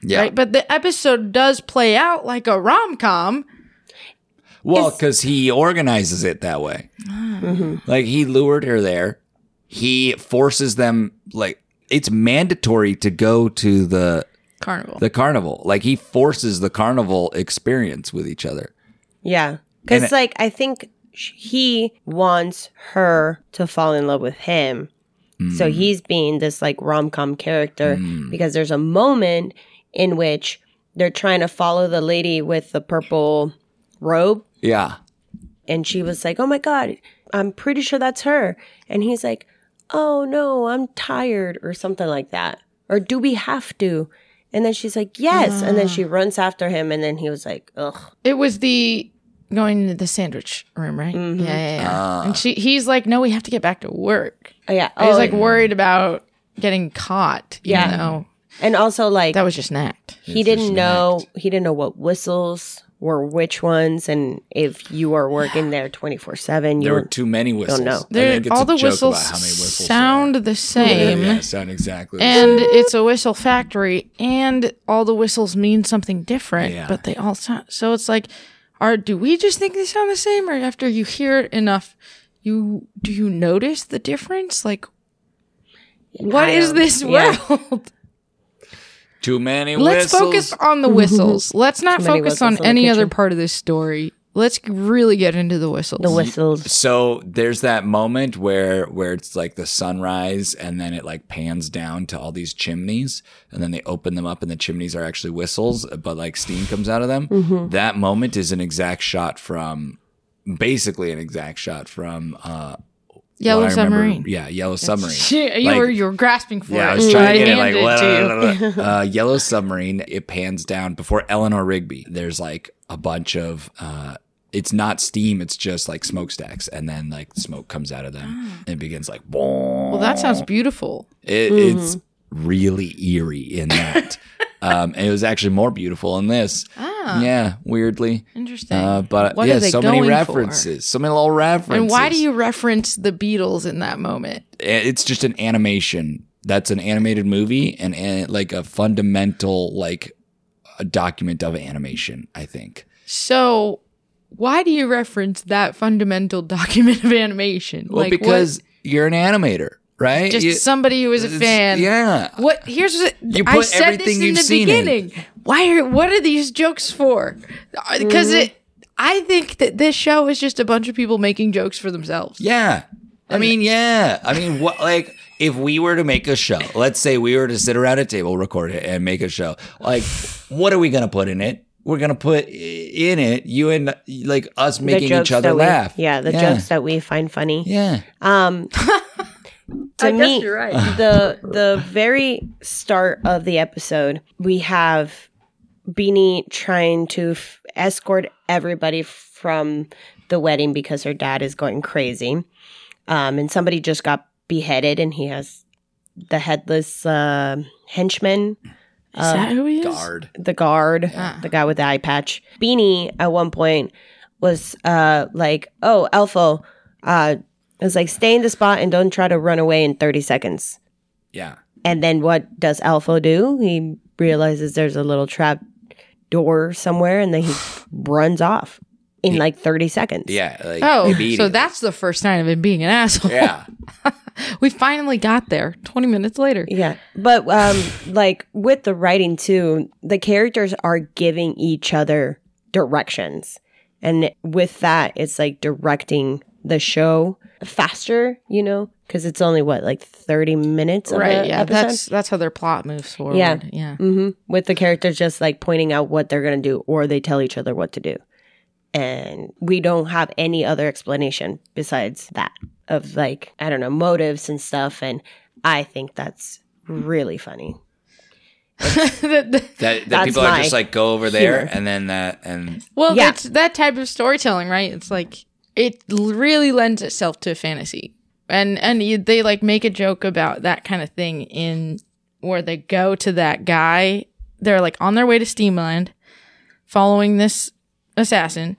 S3: yeah.
S4: Right? But the episode does play out like a rom com.
S3: well, because he organizes it that way.
S4: Mm-hmm.
S3: Like he lured her there. He forces them. Like it's mandatory to go to the
S4: Carnival.
S3: the carnival. Like he forces the carnival experience with each other.
S2: Yeah.
S3: And
S2: Because,
S3: it-
S2: like, I think sh- he wants her to fall in love with him. So he's being this, like, rom com character because there's a moment in which they're trying to follow the lady with the purple robe.
S3: Yeah.
S2: And she was like, Oh my God, I'm pretty sure that's her. And he's like, Oh no, I'm tired or something like that. Or do we have to? And then she's like, Yes. And then she runs after him. And then he was like, Ugh.
S4: It was the going to the sandwich room, right?
S2: Mm-hmm.
S4: Yeah, yeah, yeah.
S3: Ah.
S4: and she, he's like, no, we have to get back to work.
S2: Oh, yeah.
S4: I was
S2: Oh,
S4: like worried about getting caught. You
S2: Yeah.
S4: know?
S2: and also, like,
S4: that was just an act.
S2: he didn't know he didn't know what whistles were which ones and if you are working there 24-7
S3: There
S2: you
S3: were
S4: Mm.
S3: too many whistles.
S2: know.
S3: I think
S4: They're-
S3: it's
S4: Oh, all
S3: a
S4: the
S3: joke about
S4: whistles
S3: how many whistles there are.
S4: sound the same.
S3: Yeah, sound exactly. the same.
S4: And it's a whistle factory, and all the whistles mean something different,
S3: Yeah.
S4: but they all sound so. It's like, are do we just think they sound the same, or after you hear it enough, you do you notice the difference? Like, what
S2: I
S4: is
S2: don't-
S4: this
S2: yeah.
S4: world?
S3: Too many
S4: Let's
S3: whistles.
S4: focus on the whistles. Let's not
S2: many [laughs]
S4: focus
S2: whistles in
S4: on
S2: the
S4: any other
S2: kitchen.
S4: part of this story. Let's really get into the whistles.
S2: The whistles.
S3: So there's that moment where where it's like the sunrise and then it like pans down to all these chimneys and then they open them up and the chimneys are actually whistles but like steam comes out of them.
S4: Mm-hmm.
S3: That moment is an exact shot from basically an exact shot from uh
S4: Yellow
S3: what I remember-
S4: Submarine.
S3: yeah, Yellow Submarine.
S4: [laughs] you
S3: Like-
S4: were you were grasping for
S3: Yeah, I
S4: it.
S3: was trying to get it like
S4: Mm,
S3: [laughs]
S4: handed to you.
S3: blah, blah, blah,
S4: [laughs]
S3: blah. Uh, Yellow Submarine. It pans down before Eleanor Rigby. There's like a bunch of. Uh, it's not steam. It's just like smokestacks, and then like smoke comes out of them and it begins like. Well,
S4: Ah. Well, Mm-hmm. that sounds beautiful.
S3: it, It's really eerie in
S4: [laughs]
S3: that. um, and it was actually more beautiful in this.
S4: Ah.
S3: Yeah, weirdly.
S4: Interesting.
S3: Uh, but
S4: What are
S3: yeah,
S4: they
S3: so many
S4: going for?
S3: references, so many little references.
S4: And why do you reference the Beatles in that moment?
S3: it's just an animation that's an animated movie and, and like a fundamental like a document of animation i think
S4: So, why do you reference that fundamental [laughs] document of animation?
S3: well
S4: Like, what-
S3: because you're an animator right
S4: just
S3: You-
S4: somebody who is a
S3: it's-
S4: fan.
S3: yeah
S4: What here's what
S3: You
S4: I
S3: put
S4: said this
S3: everything
S4: in
S3: you've
S4: the
S3: seen in.
S4: beginning. Why are what are these jokes for? Because it I think that this show is just a bunch of people making jokes for themselves.
S3: yeah i mean yeah i mean what like if we were to make a show let's say we were to sit around a table record it and make a show like what are we gonna put in it we're gonna put i- in it you and like us
S2: The
S3: making each
S2: jokes
S3: other
S2: that we-
S3: laugh
S2: yeah, the jokes that we find funny.
S3: yeah
S4: [laughs]
S2: Um, to
S4: I guess
S2: me,
S4: you're right.
S2: the the very start of the episode, we have Beanie trying to f- escort everybody from the wedding because her dad is going crazy, um, and somebody just got beheaded, and he has the headless uh, henchman
S4: Is that who he is?
S3: guard
S2: the guard, the guy with the eye patch. Beanie at one point was uh like, "Oh, Elfo, uh was like stay in the spot and don't try to run away in 30 seconds."
S3: yeah
S2: And then what does Alpha do? He realizes there's a little trap door somewhere and then he runs off in like 30 seconds.
S3: yeah like
S4: Oh, so
S3: immediately.
S4: that's the first sign of him being an asshole.
S3: yeah
S4: We finally got there 20 minutes later.
S2: Yeah. But um like with the writing too, the characters are giving each other directions. And with that, it's like directing the show faster, you know, cuz it's only what like 30 minutes of
S4: Right,
S2: right,
S4: yeah.
S2: episode.
S4: That's that's how their plot moves forward.
S2: Yeah. [laughs]
S4: Yeah.
S2: hmm With the characters just like pointing out what they're going to do or they tell each other what to do. And we don't have any other explanation besides that of like, I don't know, motives and stuff. And I think that's really funny.
S4: That- that-
S3: That, that
S2: That's
S3: people are
S2: my
S3: just like go over there
S2: humor.
S3: and then that and
S4: Well,
S2: Yeah.
S4: that's that type of storytelling, right? It's like it l- really lends itself to fantasy, and and you, they like make a joke about that kind of thing in where they go to that guy. They're like on their way to Steamland, following this assassin.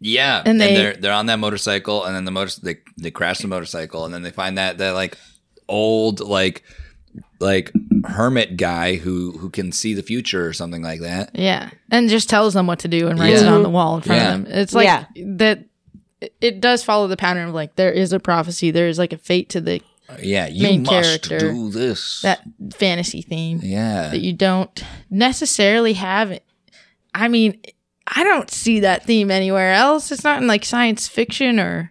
S3: yeah, and,
S4: they-
S3: they're they're on that motorcycle and then the motor they they crash the motorcycle and then they find that that like old like like hermit guy who who can see the future or something like that.
S4: Yeah, and just tells them what to do and writes
S3: Yeah.
S4: it on the wall in front
S3: Yeah.
S4: of them. It's like
S2: Yeah.
S4: that. it- It does follow the pattern of like there is a prophecy, there is like a fate to the
S3: Yeah, you
S4: Main
S3: must
S4: character.
S3: do this.
S4: that fantasy theme.
S3: yeah,
S4: that you don't necessarily have it. I mean, I don't see that theme anywhere else. It's not in like science fiction or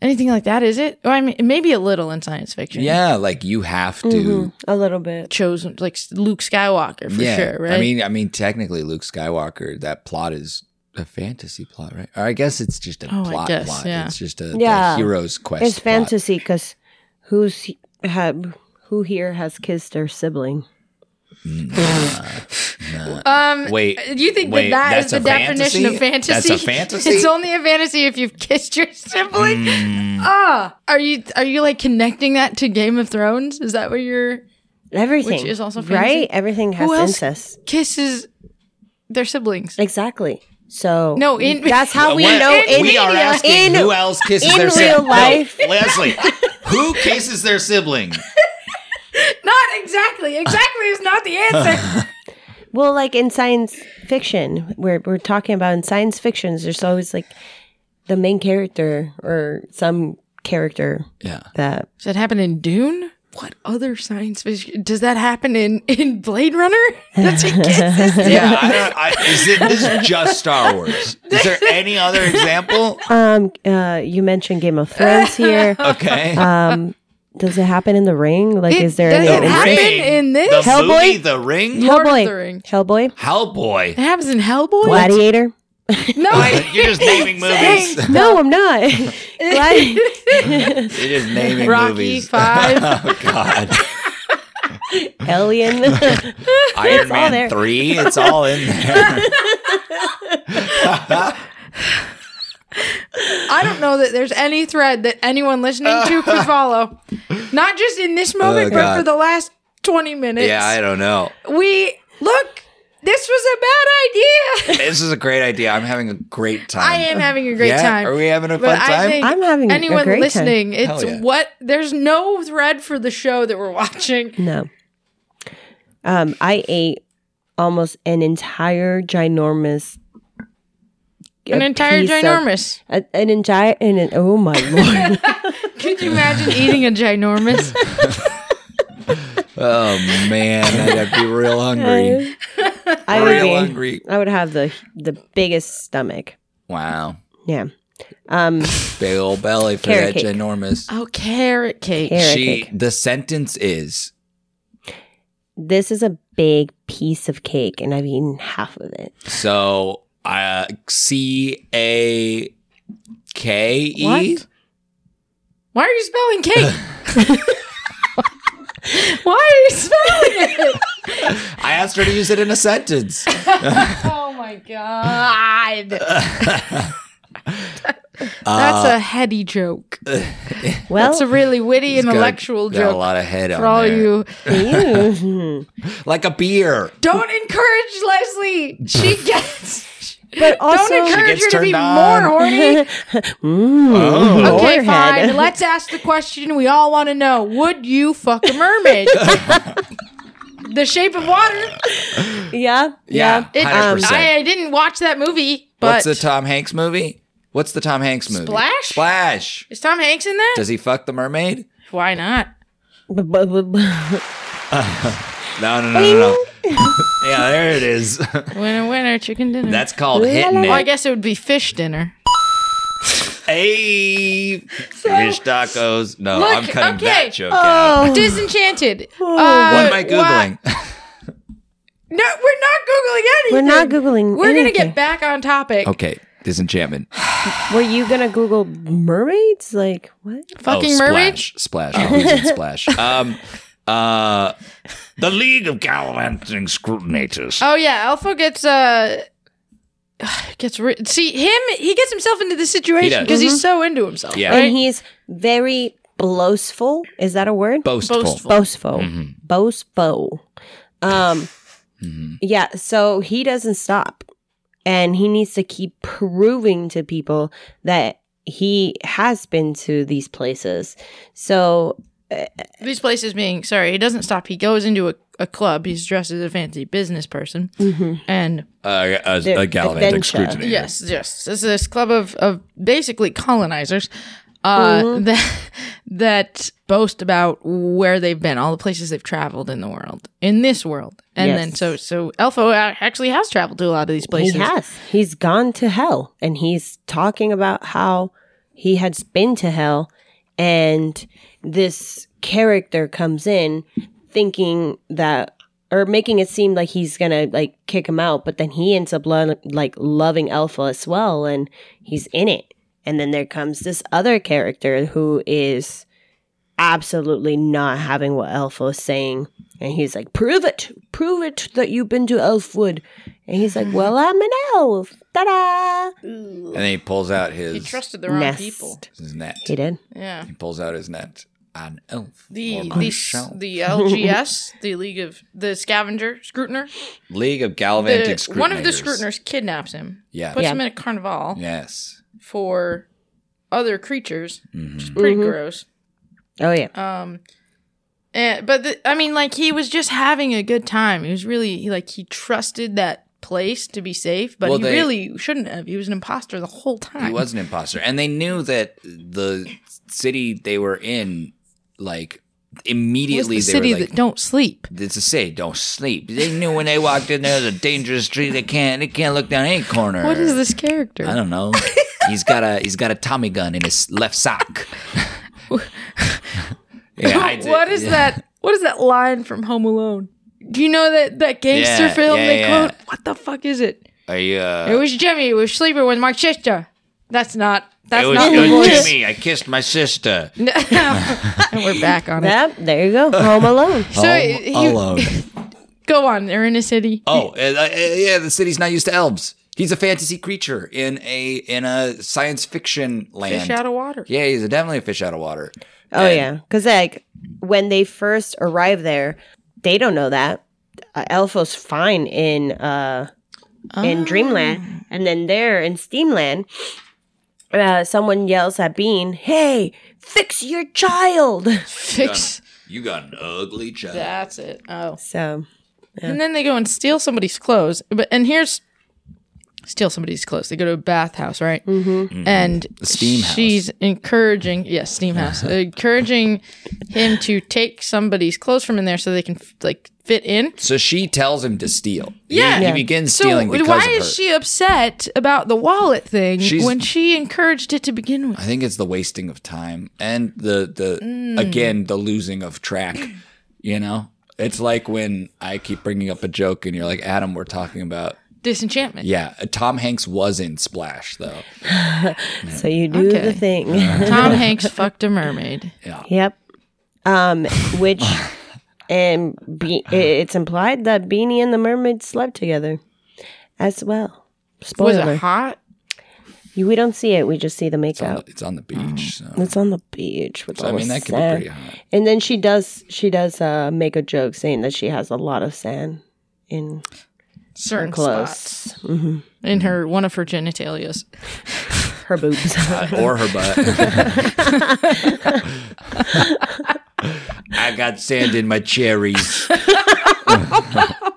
S4: anything like that, is it? Or I mean, maybe a little in science fiction.
S3: yeah, like you have to.
S2: A little bit.
S4: Chosen, like Luke Skywalker Mm-hmm. for
S3: yeah,
S4: sure, right?
S3: I mean, I mean, technically, Luke Skywalker. That plot is a fantasy plot, right? Or I guess it's just a
S4: Oh, I
S3: plot
S4: guess,
S3: plot.
S4: yeah.
S3: It's just a,
S2: Yeah.
S3: a hero's quest.
S2: It's
S3: plot.
S2: fantasy because who's have, who here has kissed their sibling?
S4: um,
S3: Wait,
S4: you think
S3: wait,
S4: that that is
S3: that's
S4: the
S3: a
S4: definition of
S3: fantasy?
S4: fantasy?
S3: That's a fantasy?
S4: It's only a fantasy if you've kissed your sibling.
S3: Mm.
S4: Ah, are you are you like connecting that to Game of Thrones? Is that where you're
S2: Everything.
S4: is also fantasy.
S2: Right? Everything has
S4: Who else?
S2: incest.
S4: kisses their siblings?
S2: Exactly. So
S4: No,
S2: [laughs]
S4: in-
S2: that's how we
S3: What-
S2: know in,
S3: we are asking
S2: in-
S3: who else kisses
S2: in
S3: their sibling.
S2: real life.
S4: [laughs]
S3: Leslie, who kisses their sibling?
S4: Not exactly. Exactly is not the answer.
S2: Well, like in science fiction, we're we're talking about in science fictions, there's always like the main character or some character
S3: Yeah.
S2: that
S4: Does that happen in Dune? What other science fiction does that happen in in Blade Runner? [laughs] That's what kisses
S3: [laughs]
S4: do.
S3: Yeah, I don't, I, is it this is just Star Wars? Is
S4: [laughs]
S3: there any other example?
S2: Um, uh, you mentioned Game of Thrones
S4: [laughs]
S2: here.
S3: Okay,
S4: uh,
S2: Um, does it happen in The Ring? Like,
S4: It-
S2: is there
S4: does
S2: any
S4: it happen in this?
S3: the
S2: Hellboy?
S3: movie, the ring,
S4: Lord of
S2: Hellboy?
S4: the Ring.
S2: Hellboy,
S3: Hellboy.
S4: It happens in Hellboy.
S2: Gladiator.
S4: No, [laughs]
S3: You're just naming movies.
S2: [laughs] No,
S3: [laughs]
S2: I'm not. Glad-
S3: You're just naming
S4: Rocky
S3: movies. [laughs]
S4: Five.
S3: Oh
S4: [laughs]
S3: God,
S2: Alien.
S3: [laughs] Iron
S2: all
S3: Man
S2: there.
S3: three. It's all
S4: [laughs]
S3: in there.
S4: I don't know that there's any thread that anyone listening
S3: [laughs]
S4: to could follow. Not just in this moment,
S3: Oh,
S4: but
S3: God.
S4: for the last 20 minutes.
S3: yeah, I don't know.
S4: we look, this was a bad idea. [laughs]
S3: This is a great idea. I'm having a great time.
S4: I am having a great
S3: Yeah?
S4: time.
S3: Are we having a
S4: But
S3: fun
S4: I
S3: time?
S4: think
S2: I'm having a
S4: anyone
S2: great time.
S4: listening, it's
S3: Hell yeah.
S4: what there's no thread for the show that we're watching.
S2: no. Um, I ate almost an entire ginormous.
S4: An
S2: uh,
S4: entire
S2: piece of-
S4: ginormous.
S2: a- an entire. An, an,
S3: [laughs]
S2: oh my lord!
S4: Could you imagine eating a ginormous?
S3: oh man, I'd be
S4: [laughs]
S3: real
S2: [laughs]
S3: hungry.
S2: I would
S3: real
S2: be.
S3: hungry.
S2: I would have the the biggest stomach.
S3: Wow,
S2: Yeah. Um,
S3: big old belly for
S2: Carrot
S3: that
S2: cake.
S3: ginormous.
S4: oh, carrot cake.
S2: Carrot
S3: she.
S2: cake.
S3: The sentence is
S2: this is a big piece of cake, and I've eaten half of it.
S3: so. Uh, C A K E.
S4: What? Why are you spelling cake? Why are you spelling it?
S3: I asked her to use it in a sentence.
S4: [laughs] Oh my god.
S3: Uh,
S4: That's a heady joke.
S2: Well,
S4: That's
S2: Oh.
S4: a really witty
S3: It's got-
S4: intellectual
S3: got a
S4: joke
S3: lot of head
S4: for
S3: on
S4: all
S3: there.
S4: you.
S2: [laughs]
S4: [laughs]
S2: ew.
S3: Like a beer.
S4: Don't encourage Leslie.
S3: [laughs]
S4: She gets
S2: but also,
S4: Don't encourage
S3: gets
S4: her to be
S3: turned on.
S4: more
S3: [laughs]
S4: horny.
S3: Oh.
S2: Mm,
S4: Okay,
S2: forehead.
S4: fine. Let's ask the question we all want to know. Would you fuck a
S3: [laughs]
S4: mermaid? the shape of water.
S2: yeah,
S3: Yeah,
S2: yeah.
S4: It, um,
S3: 100%.
S4: I, I didn't watch that movie, but
S3: What's the Tom Hanks movie? What's the Tom Hanks movie?
S4: Splash?
S3: Splash.
S4: is Tom Hanks in that?
S3: Does he fuck the mermaid?
S4: Why not?
S2: B- b- b- b-
S3: No, no, no, no, no. yeah, there it is. [laughs]
S4: Winner, winner, chicken dinner.
S3: That's called hitting
S4: Well, I
S3: it.
S4: guess it would be fish dinner.
S3: Hey, fish tacos. No,
S4: Look,
S3: I'm cutting
S4: okay.
S3: that joke out.
S2: [sighs]
S4: Disenchanted.
S3: What
S4: Uh,
S3: am I
S4: why-
S3: googling?
S4: No, we're not googling anything.
S2: We're not googling.
S4: We're gonna
S2: anything.
S4: get back on topic.
S3: okay, disenchantment.
S2: Were you gonna Google mermaids? Like what?
S4: Fucking
S3: oh,
S4: mermaid.
S3: splash, splash, Oh, he's in splash. Um, uh, the League of Gallivanting Scrutinators.
S4: Oh yeah, Alpha gets uh [sighs] gets ri- see him. He gets himself into this situation
S3: does.
S4: because he's so into himself.
S3: Yeah.
S4: right?
S2: Mm-hmm. And he's very boastful. Is that a word?
S3: Boastful. Mm-hmm,
S4: boastful.
S2: boastful,
S3: Hmm.
S2: boastful. Um,
S3: mm-hmm.
S2: yeah. So he doesn't stop, and he needs to keep proving to people that he has been to these places. So
S4: These places being sorry, he doesn't stop. He goes into a, a club. He's dressed as a fancy business person,
S2: Mm-hmm.
S4: and
S3: Uh, a,
S2: The
S3: a gallivanting
S2: adventure.
S3: scrutinator.
S4: Yes, yes. This is this club of, of basically colonizers uh,
S2: Mm-hmm.
S4: that that boast about where they've been, all the places they've traveled in the world, in this world, and
S2: Yes.
S4: then so so Elfo a- actually has traveled to a lot of these places.
S2: he has. He's gone to hell, and he's talking about how he has been to hell, and this character comes in thinking that. Or making it seem like he's gonna like kick him out, but then he ends up lo- like loving Alpha as well, and he's in it. And then there comes this other character who is absolutely not having what Alpha is saying, and he's like, "Prove it, prove it that you've been to Elfwood," and he's like, "Well, I'm an elf, ta da!"
S3: And then he pulls out his
S4: He trusted the wrong
S2: Nest.
S4: people.
S3: his net.
S2: He did.
S4: Yeah.
S3: He pulls out his net. An elf.
S4: The
S3: on
S4: the,
S3: my
S4: s-
S3: shelf.
S4: the LGS, [laughs] the League of the Scavenger Scrutiner,
S3: League of
S4: the-
S3: Gallivanting Scrutinators.
S4: one of the scrutiners kidnaps him,
S3: Yeah.
S4: puts
S2: Yeah.
S4: him in a carnival
S3: Yes.
S4: for other creatures, which is
S3: Mm-hmm.
S4: pretty
S2: Mm-hmm.
S4: gross.
S2: Oh yeah,
S4: Um, and, but the, I mean, like he was just having a good time. He was really he, like he trusted that place to be safe, but
S3: Well,
S4: he
S3: they-
S4: really shouldn't have. He was an imposter the whole time.
S3: He was an imposter. And they knew that the city they were in, like,
S4: What's
S3: immediately
S4: the
S3: they
S4: city
S3: were like,
S4: that don't sleep?
S3: it's a say don't sleep. They knew when they walked in there was a dangerous tree. They can't they can't look down any corner.
S4: What is this character?
S3: I don't know. he's got a he's got a Tommy gun in his left sock. [laughs]
S4: [laughs]
S3: yeah, I did-
S4: what is
S3: yeah.
S4: that? What is that line from Home Alone? Do you know that that gangster
S3: Yeah,
S4: film
S3: yeah,
S4: they
S3: yeah.
S4: quote? What the fuck is it?
S3: Are you, uh,
S4: It was Jimmy. It was sleeping with my sister. That's not. That's
S3: it was,
S4: not
S3: it
S4: the
S3: was
S4: voice.
S3: [laughs] Jimmy. I kissed my sister.
S4: and we're back on it.
S2: Yep, there you go. Home Alone.
S4: So he- go on. They're in a city.
S3: Oh, uh, uh, yeah. The city's not used to elves. He's a fantasy creature in a in a science fiction land.
S4: Fish out of water.
S3: Yeah, he's definitely a fish out of water.
S2: Oh yeah, because like when they first arrive there, they don't know that uh, Elfo's fine in uh
S4: Oh.
S2: in Dreamland, and then there in Steamland, uh, someone yells at Bean, "Hey, fix your child!"
S4: Fix.
S3: You got an ugly child.
S4: That's it. Oh.
S2: So
S4: And then they go and steal somebody's clothes. But and here's steal somebody's clothes. They go to a bathhouse, right? Mm-hmm. And
S3: steam house.
S4: she's encouraging, yes,
S3: [laughs]
S4: steam house, encouraging him to take somebody's clothes from in there so they can f- like fit in.
S3: So she tells him to steal. He-
S4: Yeah.
S3: he,
S4: Yeah.
S3: begins
S4: So
S3: stealing because
S4: why
S3: of her.
S4: is she upset about the wallet thing
S3: She's-
S4: when she encouraged it to begin with?
S3: I think it's the wasting of time and the the
S4: Mm.
S3: again the losing of track. You know, it's like when I keep bringing up a joke and you're like, Adam, we're talking about
S4: Disenchantment.
S3: yeah. Tom Hanks was in Splash though.
S2: so you do
S4: Okay.
S2: the thing.
S3: [laughs]
S4: Tom Hanks fucked a mermaid.
S2: yep. Um, which and be- it's implied that Beanie and the mermaid slept together as well.
S4: Was
S2: Spoiler.
S4: it hot?
S2: We don't see it. We just see the makeout.
S3: It's on the
S4: Mm.
S3: beach. So.
S2: It's on the beach with
S3: I
S2: all
S3: mean,
S2: the
S3: that can
S2: sand.
S3: be pretty hot.
S2: And then she does she does uh, make a joke saying that she has a lot of sand in her
S4: Certain spots
S2: clothes, hmm
S4: in her one of her genitalias.
S2: her boobs. [laughs]
S3: or her butt. I got sand in my cherries.
S4: Oh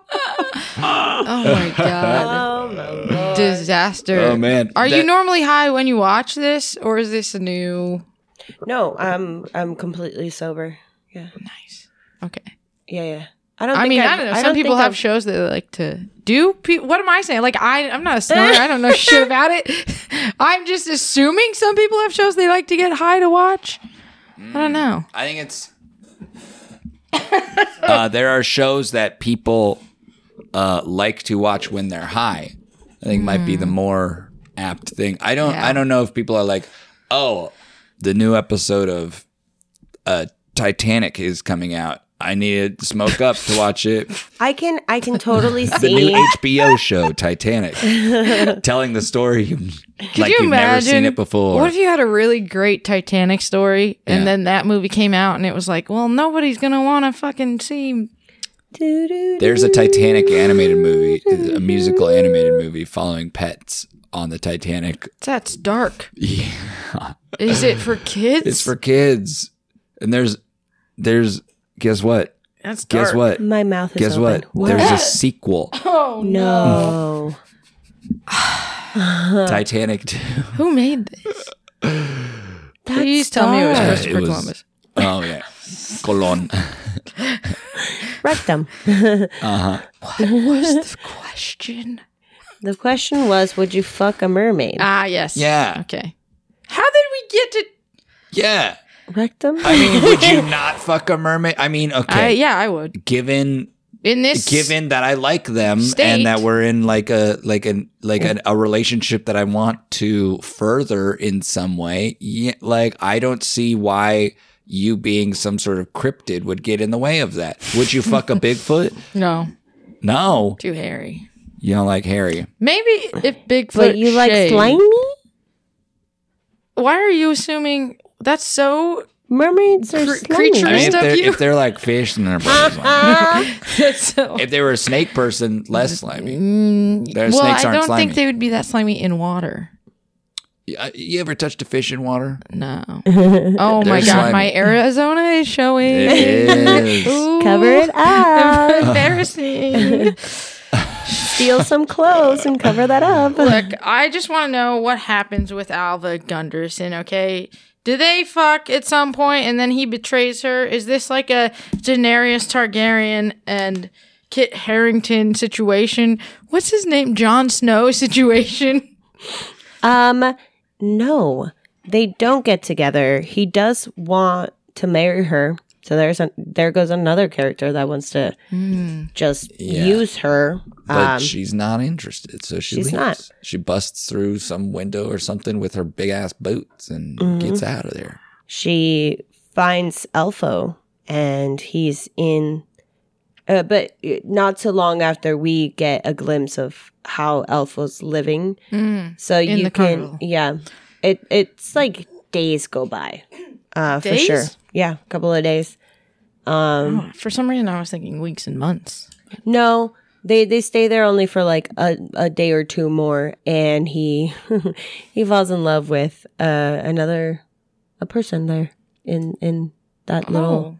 S3: [laughs]
S4: my god.
S2: Um,
S4: Disaster.
S3: Oh, man.
S4: Are you
S3: That-
S4: normally high when you watch this or is this a new
S2: no, I'm I'm completely sober. Yeah,
S4: nice. Okay.
S2: yeah, yeah. I don't.
S4: I
S2: think
S4: mean,
S2: I've-
S4: I've, I do not know.
S2: I
S4: Some
S2: don't
S4: people
S2: think
S4: have
S2: I've-
S4: shows that they like to do. Pe- what am I saying? Like I I'm not a snorer. I
S2: [laughs]
S4: don't know shit about it. [laughs] I'm just assuming some people have shows they like to get high to watch. I don't know.
S3: I think it's. uh, there are shows that people uh, like to watch when they're high. I think might be the more apt thing. I don't.
S4: Mm. Yeah.
S3: I don't know if people are like, oh, the new episode of uh, Titanic is coming out. I need to smoke up to watch it.
S2: I can I can
S3: [laughs]
S2: totally
S3: The new
S2: see.
S3: HBO show Titanic,
S4: [laughs]
S3: telling the story like
S4: you
S3: have never seen
S4: imagine?
S3: it before.
S4: What if you had a really great Titanic story and
S3: Yeah.
S4: then that movie came out and it was like, well, nobody's gonna want to fucking see.
S2: Doo-doo-doo.
S3: There's a Titanic animated movie, a musical animated movie following pets on the Titanic.
S4: That's dark.
S3: Yeah.
S4: Is it for kids?
S3: It's for kids. And there's there's guess what?
S4: That's dark.
S3: Guess what?
S2: My mouth is
S3: Guess
S2: open.
S3: what? There's a
S4: [laughs]
S3: sequel.
S4: Oh
S2: no.
S3: Titanic 2.
S4: Who made [sighs] this? Please tell me it was
S2: dark.
S4: Christopher
S3: It was-
S4: Columbus.
S3: [laughs] Oh yeah.
S4: [laughs]
S3: Colon.
S2: Rectum.
S4: What's
S3: [laughs]
S4: the question?
S2: The question was, would you fuck a mermaid?
S4: Ah, yes.
S3: Yeah.
S4: Okay. How did we get to?
S3: Yeah.
S2: Rectum.
S3: I mean, would you not fuck a mermaid? I mean, okay.
S4: I, yeah, I would.
S3: Given
S4: In this,
S3: given that I like them
S4: State.
S3: and that we're in like a like an like an, a relationship that I want to further in some way, yeah, like I don't see why you being some sort of cryptid would get in the way of that. Would you fuck a Bigfoot? [laughs]
S4: no,
S3: No,
S4: too hairy.
S3: you don't like Harry.
S4: Maybe if Bigfoot.
S2: but you like
S4: shaved-
S2: slimy
S4: Why are you assuming? That's so.
S2: mermaids are
S4: Cre-
S2: slimy.
S4: creature-
S3: I mean, if
S4: Stuff
S3: they're,
S4: you.
S3: if they're like fish, then they're probably
S4: [laughs]
S3: slimy.
S4: That's so.
S3: If they were a snake person, less slimy.
S4: Mm,
S3: Their
S4: well,
S3: snakes
S4: I
S3: aren't
S4: don't
S3: slimy.
S4: think they would be that slimy in water.
S3: You- uh, You ever touched a fish in
S4: [laughs]
S3: water?
S4: No. Oh
S3: They're
S4: my god,
S3: slimy.
S4: my Arizona is showing.
S3: It is.
S4: Ooh.
S2: [laughs] Cover it up.
S4: [laughs] Embarrassing.
S2: steal some clothes and cover that up.
S4: Look, I just want to know what happens with Alva Gunderson, okay? Do they fuck at some point and then he betrays her? Is this like a Daenerys Targaryen and Kit Harrington situation? What's his name? Jon Snow [laughs] situation?
S2: Um, no, they don't get together. He does want to marry her. So there's a, there goes another character that wants to Hmm. just
S3: Yeah.
S2: use her.
S3: But
S2: Um,
S3: she's not interested, so she
S2: she's
S3: leaves.
S2: not.
S3: She busts through some window or something with her big ass boots and gets
S4: Mm-hmm.
S3: out of there.
S2: she finds Elfo and he's in uh, but not so long after we get a glimpse of how Elfo's living.
S4: Mm.
S2: So
S4: In
S2: you
S4: the
S2: can
S4: carnival.
S2: yeah. It it's like days go by. Uh for
S4: Days?
S2: sure. Yeah, a couple of days. Um
S4: Oh, for some reason, I was thinking weeks and months.
S2: no, they they stay there only for like a, a day or two more, and he [laughs] he falls in love with uh, another a person there in in that little
S4: Oh,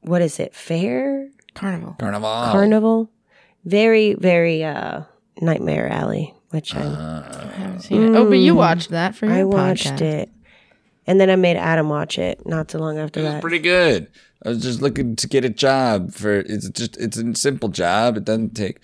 S2: what is it fair
S4: carnival.
S3: Carnival.
S2: Oh. carnival, very very uh, nightmare alley, which I
S4: I haven't seen it. Oh, but you
S2: Mm.
S4: watched that for your
S2: I watched
S4: podcast.
S2: it, and then I made Adam watch it not too long after
S3: It was
S2: that.
S3: pretty good. I was just looking to get a job for it's just it's a simple job. It doesn't take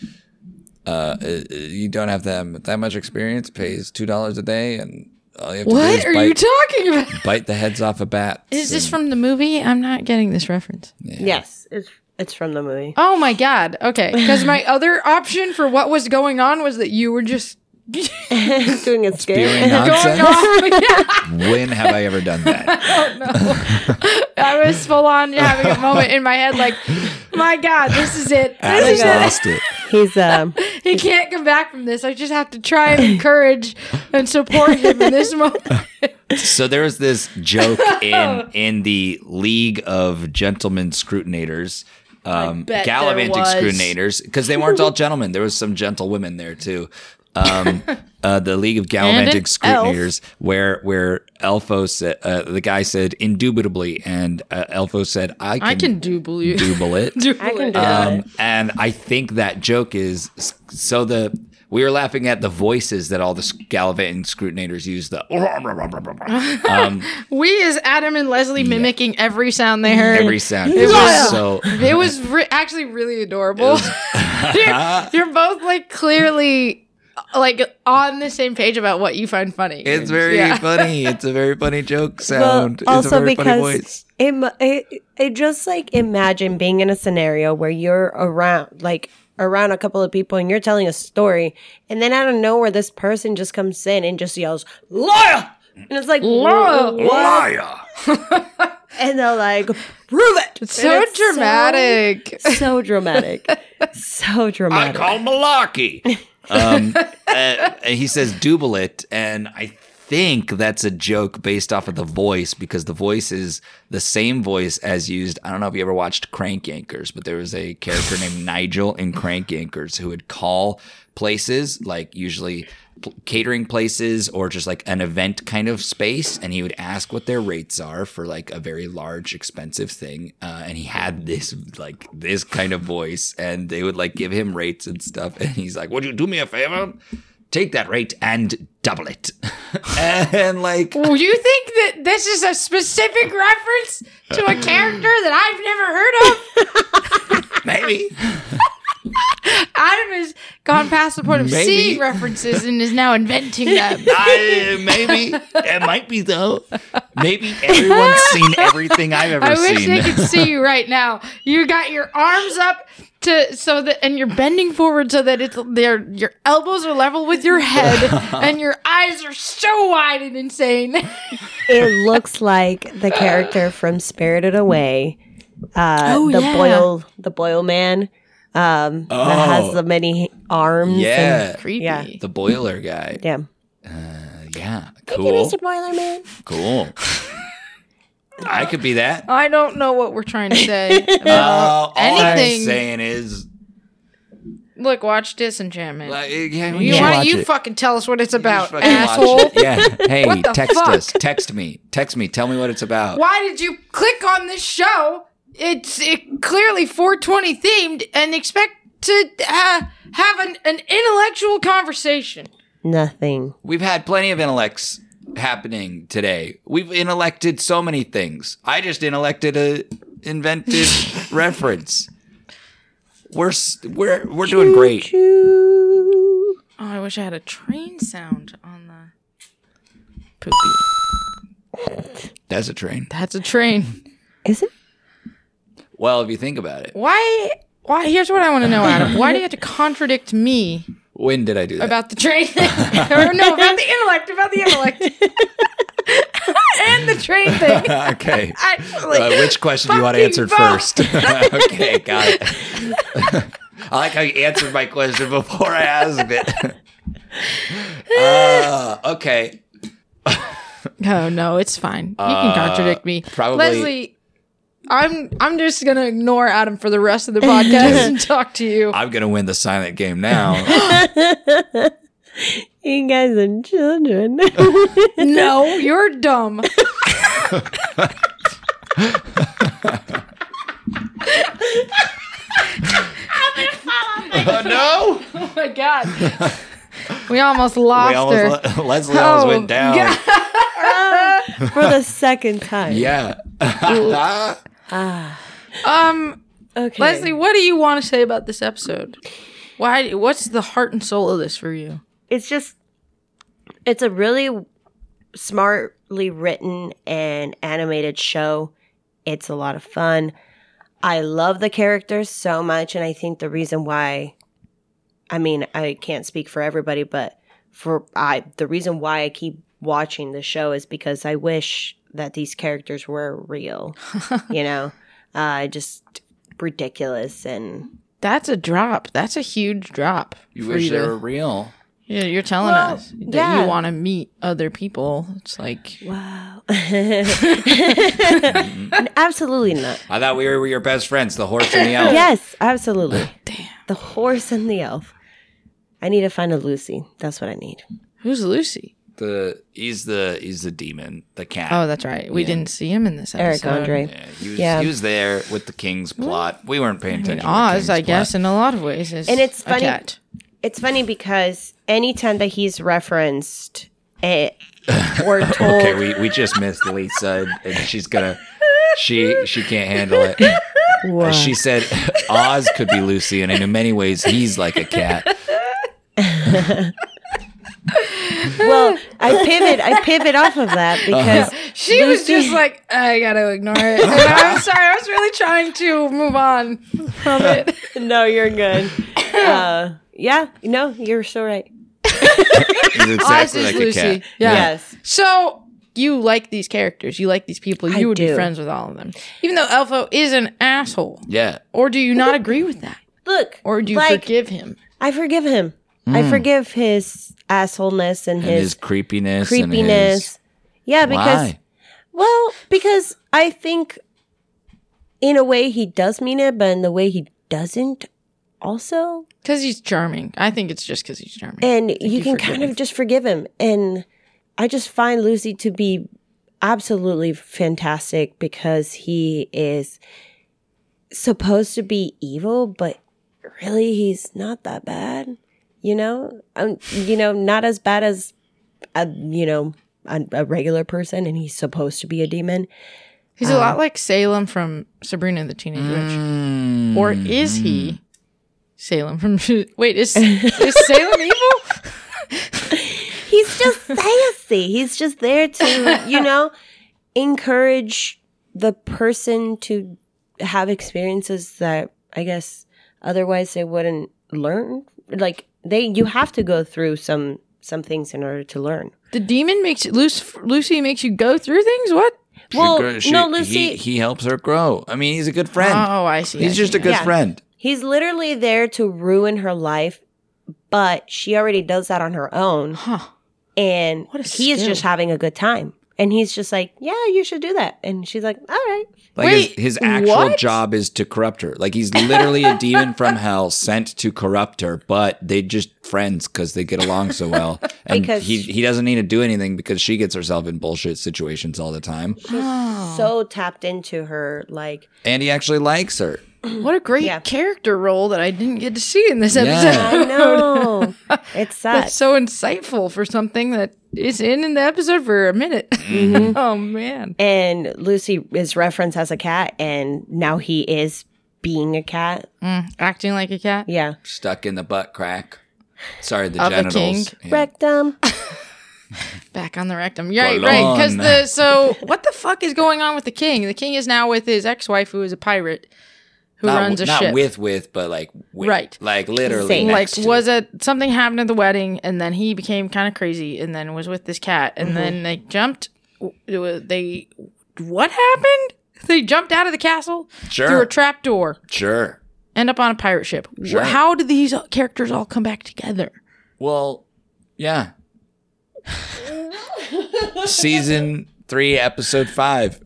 S3: uh uh, you don't have that that much experience. Pays two dollars a day, and all you have to do is
S4: What are
S3: bite,
S4: you talking about?
S2: [laughs]
S3: bite the heads off of bats.
S4: Is this
S3: and-
S4: from the movie? I'm not getting this reference.
S2: yes, it's it's from the [laughs] movie.
S4: Oh my god. Okay. Because my other option for what was going on was that you were just
S2: Doing a
S3: Spewing
S2: skit.
S4: [laughs] going
S3: nonsense.
S4: off. [laughs] Yeah,
S3: when have I ever done
S4: [laughs]
S3: that?
S4: I was full on having a moment in my head like, my god, this is it. This
S3: Adam's
S4: is it.
S3: lost it.
S2: [laughs] He's um.
S4: He can't come back from this. I just have to try and encourage and support him in this moment.
S3: So there was this joke in in the League of Gentlemen Scrutinators, um,
S4: bet
S3: gallivanting
S4: there was.
S3: scrutinators, because they weren't all gentlemen. There was some gentlewomen there too. Um, uh, the League of Gallivanting
S4: elf.
S3: Scrutinators, where where Elfo said, uh, the guy said indubitably, and uh, Elfo said, I can,
S4: double [laughs] you.
S3: double it.
S2: I can do that.
S3: Um, and I think that joke is so the we were laughing at the voices that all the gallivanting scrutinators use. The um,
S4: we as Adam and Leslie mimicking every sound they
S2: [laughs]
S4: heard.
S3: every sound. It was so
S4: it was re- actually really adorable. [laughs]
S3: [laughs]
S4: you're, you're both like clearly like on the same page about what you find funny.
S3: it's very
S4: Yeah.
S3: funny. It's a very funny joke
S2: Well,
S3: sound. it's a
S2: also
S3: very funny
S2: because
S3: voice.
S2: it, mu- it, it just like imagine being in a scenario where you're around like around a couple of people and you're telling a story and then out of nowhere this person just comes in and just yells liar and it's like "Wha-
S4: Liar!
S2: what?"
S3: Liar.
S2: and they're like prove it
S4: It's so
S2: And it's
S4: dramatic.
S2: so, so
S4: [laughs]
S2: dramatic so
S3: I
S2: dramatic
S3: call malarkey. um, uh, he says double it, and I think that's a joke based off of the voice because the voice is the same voice as used. I don't know if you ever watched Crank Yankers, but there was a character named Nigel in Crank Yankers who would call places like usually pl- catering places or just like an event kind of space and he would ask what their rates are for like a very large expensive thing uh, and he had this like this kind of voice and they would like give him rates and stuff and he's like would you do me a favor take that rate and double it [laughs] and like
S4: Well, you think that this is a specific reference to a character that
S3: [laughs]
S4: I've never heard
S3: [laughs]
S4: of?
S3: maybe
S4: Adam has gone past the point of
S3: Maybe.
S4: seeing references and is now
S3: [laughs]
S4: inventing them.
S3: I, maybe it might be though [laughs] maybe everyone's seen everything i've ever
S4: I
S3: seen [laughs]
S4: wish they could see you right now. You got your arms up to so that and you're bending forward so that it's their your elbows are level with
S3: [laughs]
S4: your head and your eyes are so wide and insane.
S2: it looks like the character from Spirited Away, uh,
S4: Oh,
S2: the
S4: yeah.
S2: boil, the boil man, um, that
S3: Oh.
S2: has the many arms. and-
S3: yeah
S4: Creepy.
S2: Yeah.
S3: the boiler guy
S2: yeah.
S3: Yeah, cool,
S2: Boiler Man.
S4: [laughs]
S3: cool. I could be that.
S4: I don't know what we're trying to say.
S3: Uh, all I'm
S4: anything.
S3: saying is,
S4: Look, watch Disenchantment.
S3: like, yeah, we
S4: you
S3: should
S4: why don't
S3: watch
S4: you
S3: it.
S4: fucking tell us what it's
S3: You should
S4: about,
S3: fucking watch
S4: asshole?
S3: it.
S4: [laughs]
S3: Yeah. Hey,
S4: What the
S3: text
S4: fuck?
S3: us. Text me. Text me. Tell me what it's about.
S4: Why did you click on this show? It's it clearly 420 themed and expect to uh, have an, an intellectual conversation.
S2: Nothing.
S3: We've had plenty of intellects. happening today. We've inelected so many things. I just inelected a invented
S4: [laughs]
S3: reference. We're s- we're we're doing great.
S2: Choo.
S4: Oh, I wish I had a train sound on the poopy.
S3: That's a train.
S4: That's a train.
S2: Is it?
S3: Well, if you think about it,
S4: Why? Why? Here's what I want to know, Adam. Why do you have to contradict me
S3: when did I do that?
S4: about the [laughs] train? or no, about the intellect. About the [laughs] intellect. and the train [laughs] thing.
S3: okay.
S4: Actually,
S3: Uh, which question do you want
S4: fucking
S3: answered
S4: both.
S3: first? [laughs] okay, got it. [laughs] I like how you answered my question before I asked it. [laughs] uh, okay.
S4: Oh no, it's fine. You can contradict me.
S3: probably-
S4: Leslie. I'm I'm just gonna ignore Adam for the rest of the [laughs] podcast and talk to you.
S3: I'm going to win the silent game now.
S2: You guys are [laughs] children.
S4: No, you're dumb.
S3: oh, no.
S4: [laughs] [laughs] Oh my god. We almost lost
S3: We [laughs]
S4: her.
S3: almost, Leslie almost
S4: Oh,
S3: went down.
S4: God.
S2: For the second time. Ah,
S3: Yeah. [laughs]
S4: um
S2: Okay.
S4: Leslie, what do you want to say about this episode? Why? What's the heart and soul of this for you?
S2: it's just it's a really smartly written and animated show it's a lot of fun i love the characters so much and i think the reason why i mean i can't speak for everybody but for i the reason why i keep watching the show is because i wish that these characters were real you know uh just ridiculous and
S4: That's a drop. That's a huge drop.
S3: you
S4: for
S3: wish
S4: you
S3: they
S4: to-
S3: were real.
S4: Yeah, you're telling
S2: Well,
S4: us that
S2: yeah.
S4: you want to meet other people. It's like
S2: [laughs] wow absolutely not
S3: I thought we were your best friends, the horse and the elf.
S2: Yes, absolutely. Damn. The horse and the elf. I need to find a Lucy. That's what I need.
S4: who's Lucy?
S3: The he's the he's the demon, the cat.
S4: Oh, that's right. We didn't see him in this
S2: Eric
S4: episode.
S2: Andre.
S3: Yeah, he was,
S2: Yeah.
S3: he was there with the king's plot. We weren't paying
S4: I mean,
S3: attention. to
S4: Mm. Oz,
S3: King's
S4: I
S3: plot.
S4: guess, in a lot of ways, is
S2: And it's
S4: a
S2: funny-
S4: cat.
S2: It's funny because anytime that he's referenced eh, or told,
S3: Okay, we, we just missed Lisa, and, and she's gonna she she can't handle it.
S4: [laughs]
S2: Whoa.
S3: She said Oz could be Lucy, and in many ways he's like a cat.
S2: well, I pivot. I pivot off of that because
S4: [laughs] She was just like, I gotta ignore [laughs] it. And I'm sorry. I was really trying to move on from it.
S2: [laughs] no, you're good. Uh, yeah, no, you're so right.
S3: He's
S4: Oz
S3: exactly
S4: is
S3: like
S4: Lucy.
S3: a cat.
S4: Yeah.
S2: Yes,
S4: So you like these characters, you like these people, you
S2: I
S4: would be
S2: do.
S4: friends with all of them. Even though Elfo is an asshole.
S3: Yeah.
S4: Or do you not agree with that?
S2: look,
S4: Or do you
S2: like
S4: forgive him?
S2: I forgive him. I forgive his assholeness and,
S3: And his,
S2: his,
S3: creepiness,
S2: creepiness. yeah,
S3: and his
S2: because
S3: why.
S2: Well, because I think in a way he does mean it, but in the way he doesn't also.
S4: Because he's charming. I think it's just because he's charming.
S2: And you
S4: you
S2: can
S4: forgive
S2: kind
S4: him.
S2: of just forgive him. And I just find Lucy to be absolutely fantastic because he is supposed to be evil, but really he's not that bad. You know, um, you know, not as bad as a you know a, a regular person, and he's supposed to be a demon.
S4: he's a
S3: Uh-huh.
S4: lot like Salem from Sabrina the Teenage Witch.
S3: Mm.
S4: Or is he Salem from. [laughs] Wait, is, is Salem
S3: [laughs]
S4: evil?
S2: He's
S4: [laughs]
S2: just sassy. He's just there to, you know, encourage the person to have experiences that I guess otherwise they wouldn't learn. Like they, you have to go through some some things in order to learn.
S4: The demon makes. Luc- Lucy makes you go through things? What?
S3: She
S2: well,
S3: gr- she-
S2: no, Lucy.
S3: He, he helps her grow. I mean, he's a good friend.
S4: Oh, I see. I
S3: he's
S4: see
S3: just a
S4: now.
S3: good
S2: Yeah.
S3: friend.
S2: He's literally there to ruin her life, but she already does that on her own.
S4: Huh.
S2: And
S4: What a
S2: he is
S4: skill.
S2: just having a good time. And he's just like, yeah, you should do that. And she's like, all right.
S3: Like
S4: Wait,
S3: his, his actual
S4: what?
S3: job is to corrupt her. Like he's literally a demon
S2: [laughs]
S3: from hell sent to corrupt her, but they just friends because they get along so
S2: [laughs]
S3: well. And
S2: Because-
S3: he he doesn't need to do anything because she gets herself in bullshit situations all the time.
S2: so tapped into her like
S3: And he actually likes her.
S4: What a great
S2: Yeah.
S4: character role that I didn't get to see in this
S3: Yeah.
S4: episode.
S2: I
S4: [laughs]
S2: know. It
S4: That's
S2: sucks.
S4: so insightful for something that is in, in the episode for a minute.
S3: Mm-hmm.
S4: [laughs] oh man.
S2: and Lucy is referenced as a cat, and now he is being a cat.
S4: Mm, acting like a cat.
S2: Yeah.
S3: Stuck in the butt crack. Sorry, the
S4: Of a
S3: genitals.
S4: king.
S3: Yeah.
S2: Rectum.
S4: Back on the rectum. Yeah, right,
S3: Go
S4: right. Because
S3: on.
S4: the so what the fuck is going on with the king? The king is now with his ex-wife who is a pirate who
S3: Not,
S4: runs a
S3: not
S4: ship.
S3: with with, but like with,
S4: Right.
S3: like literally
S2: Same.
S3: next
S4: like
S3: to.
S4: was it something happened at the wedding and then he became kind of crazy and then was with this cat and
S3: Mm-hmm.
S4: then they jumped it was- they what happened they jumped out of the castle through
S3: Sure.
S4: a trap door
S3: sure.
S4: end up on a pirate ship Wh-
S3: Sure.
S4: how do these characters all come back together
S3: Well, yeah. Season three, episode five.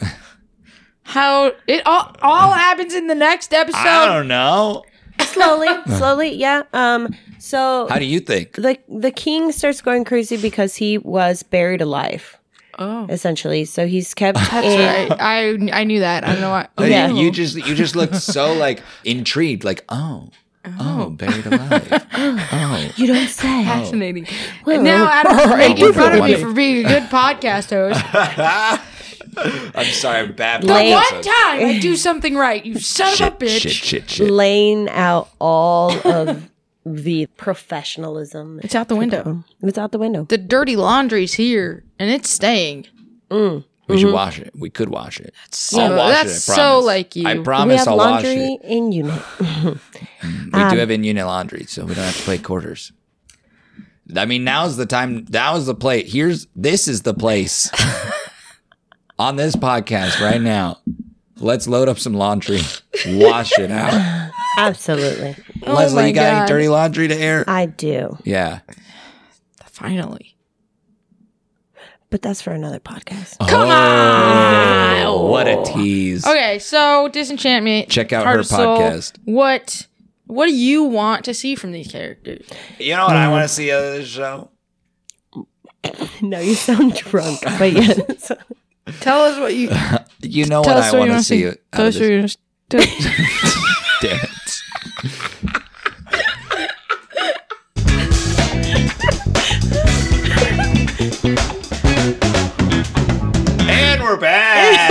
S4: how it all all happens in the next
S3: I
S4: episode
S3: don't know.
S2: slowly, slowly, yeah. Um. So
S3: How do you think?
S2: the the king starts going crazy because he was buried alive,
S4: oh
S2: essentially. So he's kept in.
S4: that's right i i knew that i don't know why
S3: Uh,
S2: Yeah.
S3: You you just you just looked so like intrigued, like oh, oh, buried alive. oh,
S2: You don't say.
S4: fascinating and now
S3: [laughs]
S4: adam's making fun of me for being a good podcast host
S3: [laughs] I'm sorry, I'm bad.
S4: The
S2: Late.
S4: one time I do something right, you son
S3: Shit,
S4: of a bitch.
S3: shit, shit, shit.
S2: laying out all of the professionalism.
S4: It's out the window.
S2: It's out the window.
S4: The dirty laundry's here and it's staying.
S3: We should wash it. We could wash it.
S4: So
S3: I'll wash
S4: Mm-hmm. that's
S3: it. I
S4: so
S3: promise.
S4: like you.
S3: I
S2: we
S3: promise
S2: have
S3: I'll wash
S2: laundry
S3: it.
S2: in unit.
S3: We
S4: Um,
S3: do have in unit laundry, so we don't have to play quarters. I mean, now's the time. Now is the play. Here's this is the
S4: [laughs]
S3: place on this podcast right now. Let's load up some laundry, wash it
S4: [laughs]
S3: out.
S2: Absolutely,
S3: Leslie,
S4: Oh my
S3: you got
S4: God.
S3: any dirty laundry to air?
S2: I do.
S3: yeah.
S4: Finally.
S2: But that's for another podcast.
S4: Come
S3: Oh,
S4: on.
S3: what a tease.
S4: Okay, so disenchantment.
S3: Check out
S4: Heart
S3: her
S4: of Soul.
S3: podcast.
S4: What what do you want to see from these characters?
S3: You know what I want to see out of this show?
S2: [laughs] no, you sound drunk, [laughs] but yes.
S4: Tell
S3: [laughs]
S4: us what you
S3: You know
S4: tell
S3: what
S4: us
S3: I
S4: what
S3: want
S4: you
S3: to
S4: want
S3: see out
S4: Tell
S3: of
S4: us what
S3: this
S4: you want to
S3: [laughs]
S4: see.
S3: dance. and we're back.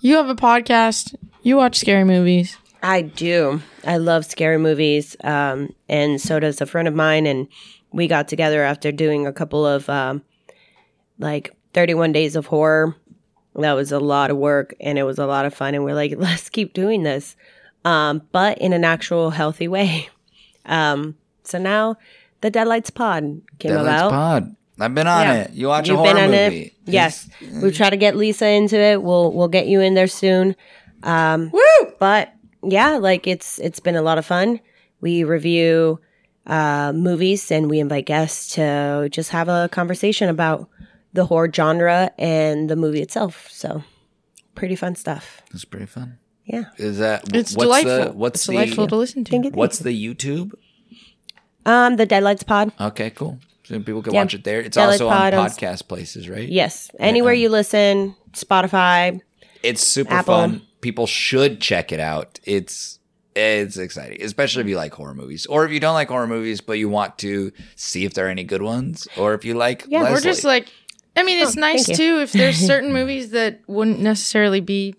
S4: You have a podcast. You watch scary movies.
S2: I do. I love scary movies, um, and so does a friend of mine. And we got together after doing a couple of um, like 31 days of horror. That was a lot of work, and it was a lot of fun. And we're like, [laughs] let's keep doing this, um, but in an actual healthy way. [laughs] Um, so now the Deadlights Pod [laughs] came
S3: Deadlights
S2: about.
S3: Pod. I've been on
S2: Yeah.
S3: it. You watch a
S2: You've
S3: horror
S2: been on
S3: movie. Mm-hmm.
S2: it. Yes, we try to get Lisa into it. We'll we'll get you in there soon. Um,
S4: Woo!
S2: but yeah, like it's it's been a lot of fun. We review uh, movies and we invite guests to just have a conversation about the horror genre and the movie itself. So pretty fun stuff.
S3: It's pretty fun.
S2: Yeah.
S3: Is that
S4: It's
S3: what's
S4: delightful.
S3: the what's
S4: it's
S3: the
S4: delightful to listen to.
S3: what's the YouTube?
S2: Um, the Deadlights Pod.
S3: Okay, cool. So people can
S2: Yeah.
S3: watch it there. It's
S2: Deadlights
S3: also
S2: Pod
S3: on
S2: on-
S3: podcast places, right?
S2: Yes, anywhere you listen, Spotify.
S3: It's super
S2: Apple.
S3: fun. People should check it out. It's it's exciting, especially if you like horror movies, or if you don't like horror movies but you want to see if there are any good ones, or if you like
S2: Yeah,
S4: We're
S3: Leslie.
S4: just like, I mean, it's nice
S2: Oh, thank
S4: too
S2: [laughs]
S4: if there's certain movies that wouldn't necessarily be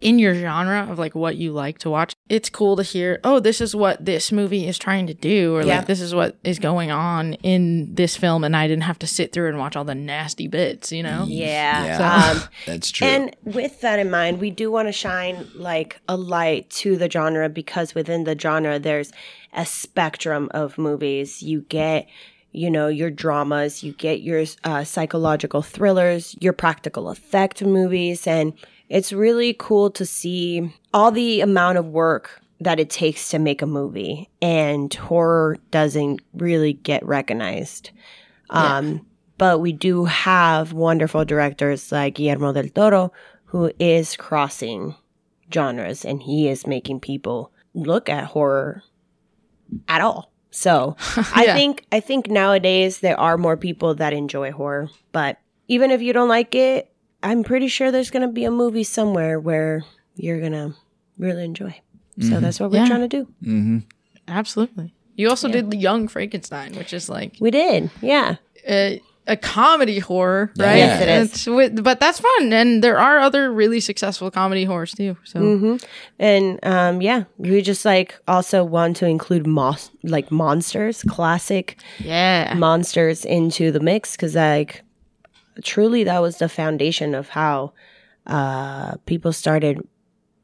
S4: in your genre of like what you like to watch. It's cool to hear, oh, this is what this movie is trying to do, or
S2: Yeah.
S4: like this is what is going on in this film, and I didn't have to sit through and watch all the nasty bits, you know?
S2: Yeah.
S3: Yeah.
S2: Um,
S3: that's true.
S2: And with that in mind, we do want to shine like a light to the genre because within the genre, there's a spectrum of movies. You get, you know, your dramas, you get your uh, psychological thrillers, your practical effect movies, and it's really cool to see all the amount of work that it takes to make a movie. And horror doesn't really get recognized. Um, but we do have wonderful directors like Guillermo del Toro, who is crossing genres and he is making people look at horror at all. So I
S4: [laughs] Yeah.
S2: think I think nowadays there are more people that enjoy horror, but even if you don't like it, I'm pretty sure there's going to be a movie somewhere where you're going to really enjoy. So that's what we're
S4: Mm-hmm. Yeah.
S2: trying to do.
S4: Absolutely. You also did the Young Frankenstein, which is like
S2: We did. Yeah.
S4: a, a comedy horror, right?
S3: Yes, it
S2: is.
S4: It's with- but that's fun, and there are other really successful comedy horrors too. So
S2: And um, yeah, we just like also want to include mos- like monsters, classic
S4: yeah,
S2: monsters into the mix because like truly that was the foundation of how uh, people started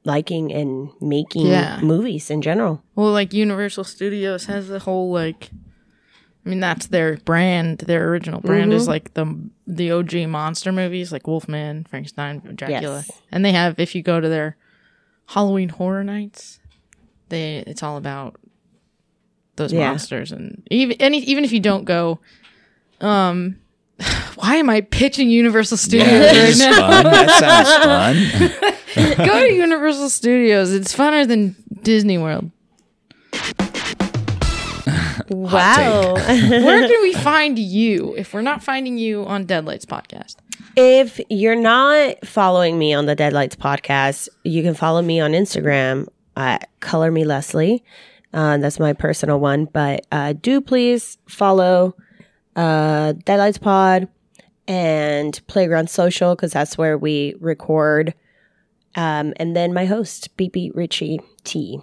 S2: liking and making
S4: Yeah.
S2: movies in general.
S4: well, like Universal Studios has the whole like, I mean, that's their brand. Their original brand
S2: Mm-hmm.
S4: is like the the OG monster movies, like Wolfman, Frankenstein, Dracula,
S2: Yes.
S4: and they have if you go to their Halloween Horror Nights, they it's all about those
S2: Yeah.
S4: monsters and even any even if you don't go, um. [sighs] Why am I pitching Universal
S2: [laughs]
S4: Studios
S3: Yeah,
S4: right [laughs]
S3: this is
S4: now?
S3: fun. That sounds fun. [laughs]
S4: Go to Universal Studios. It's funner than Disney World.
S2: Wow. [laughs]
S4: [laughs] Where can we find you if we're not finding you on Deadlights podcast?
S2: If you're not following me on the Deadlights podcast, you can follow me on Instagram at Color Me Leslie. Uh, that's my personal one, but uh, do please follow uh, Deadlights Pod and Playground Social because that's where we record. Um, and then my host, BB Richie T,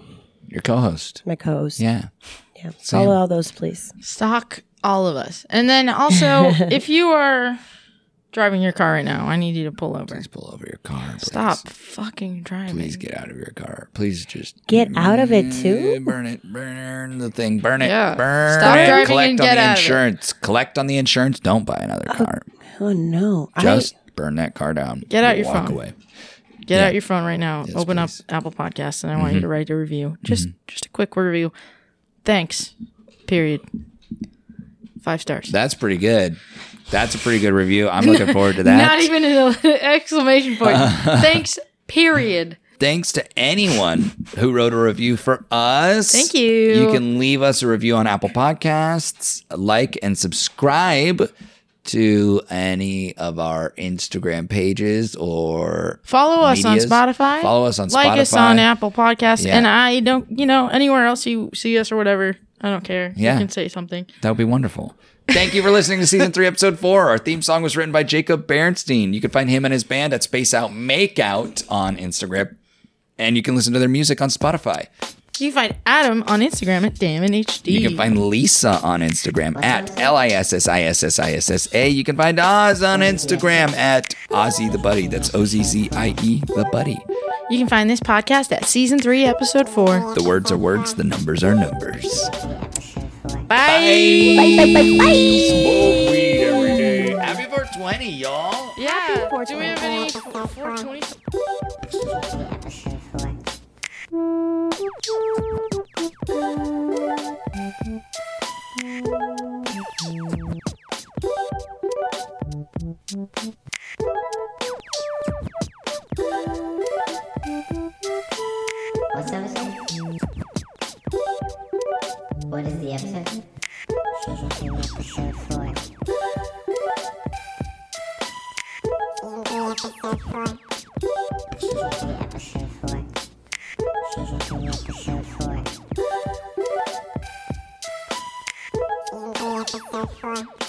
S3: Your co-host.
S2: my co-host.
S3: Yeah.
S2: Yeah. Follow all those, please.
S4: Stalk all of us. And then [laughs] also, if you are driving your car right now, I need you to pull over.
S3: Please pull over your car. Please.
S4: Stop fucking driving.
S3: Please get out of your car. Please just
S2: Get out of it,
S3: Eh,
S2: too.
S3: Burn it. Burn the thing. Burn it.
S4: Yeah.
S3: Burn
S4: Stop
S3: it.
S4: driving
S3: Collect
S4: and
S3: on
S4: get
S3: the
S4: out of it.
S3: insurance. Collect on the insurance. Don't buy another car.
S2: Oh, no.
S3: Just burn that car down.
S4: Get out your
S3: Walk
S4: phone.
S3: away.
S4: Get
S3: Yeah.
S4: out your phone right now. Open
S3: please. Mm-hmm.
S4: up Apple Podcasts, and I want you to write a review. Just just a quick review. Thanks. Period. Five stars.
S3: That's pretty good. That's a pretty good review.
S4: [laughs]
S3: I'm looking forward to that.
S4: Not even an [laughs]
S3: [laughs]
S4: exclamation point. Thanks. Period.
S3: Thanks to anyone who wrote a review for us.
S4: Thank you.
S3: You can leave us a review on Apple Podcasts, like and subscribe to any of our Instagram pages or
S4: Follow us
S3: medias.
S4: on Spotify.
S3: Follow us on
S4: like
S3: Spotify.
S4: us on Apple Podcasts,
S3: Yeah.
S4: and I don't, you know, anywhere else you see us or whatever. I don't care.
S3: Yeah.
S4: You can say something.
S3: That would be wonderful. Thank you for listening to season three, episode four. Our theme song was written by Jacob Bernstein. You can find him and his band at Space Out Makeout on Instagram, and you can listen to their music on Spotify.
S4: You can find Adam on Instagram at DamnHD.
S3: You can find Lisa on Instagram at L I S S I S S I S S A. You can find Oz
S4: Oh,
S3: on Instagram at Ozzy the Buddy. That's O Z Z I E the Buddy.
S4: you can find this podcast at season three, episode four.
S3: The words are words, the numbers are numbers.
S4: Bye.
S3: Happy 420, y'all.
S4: Yeah. Do we have any 420?
S1: What's the episode? What is the episode? Season 3, episode 4. Season 3, episode 4. Season 3, episode 4. Season 3, episode 4. Season 3, episode 4.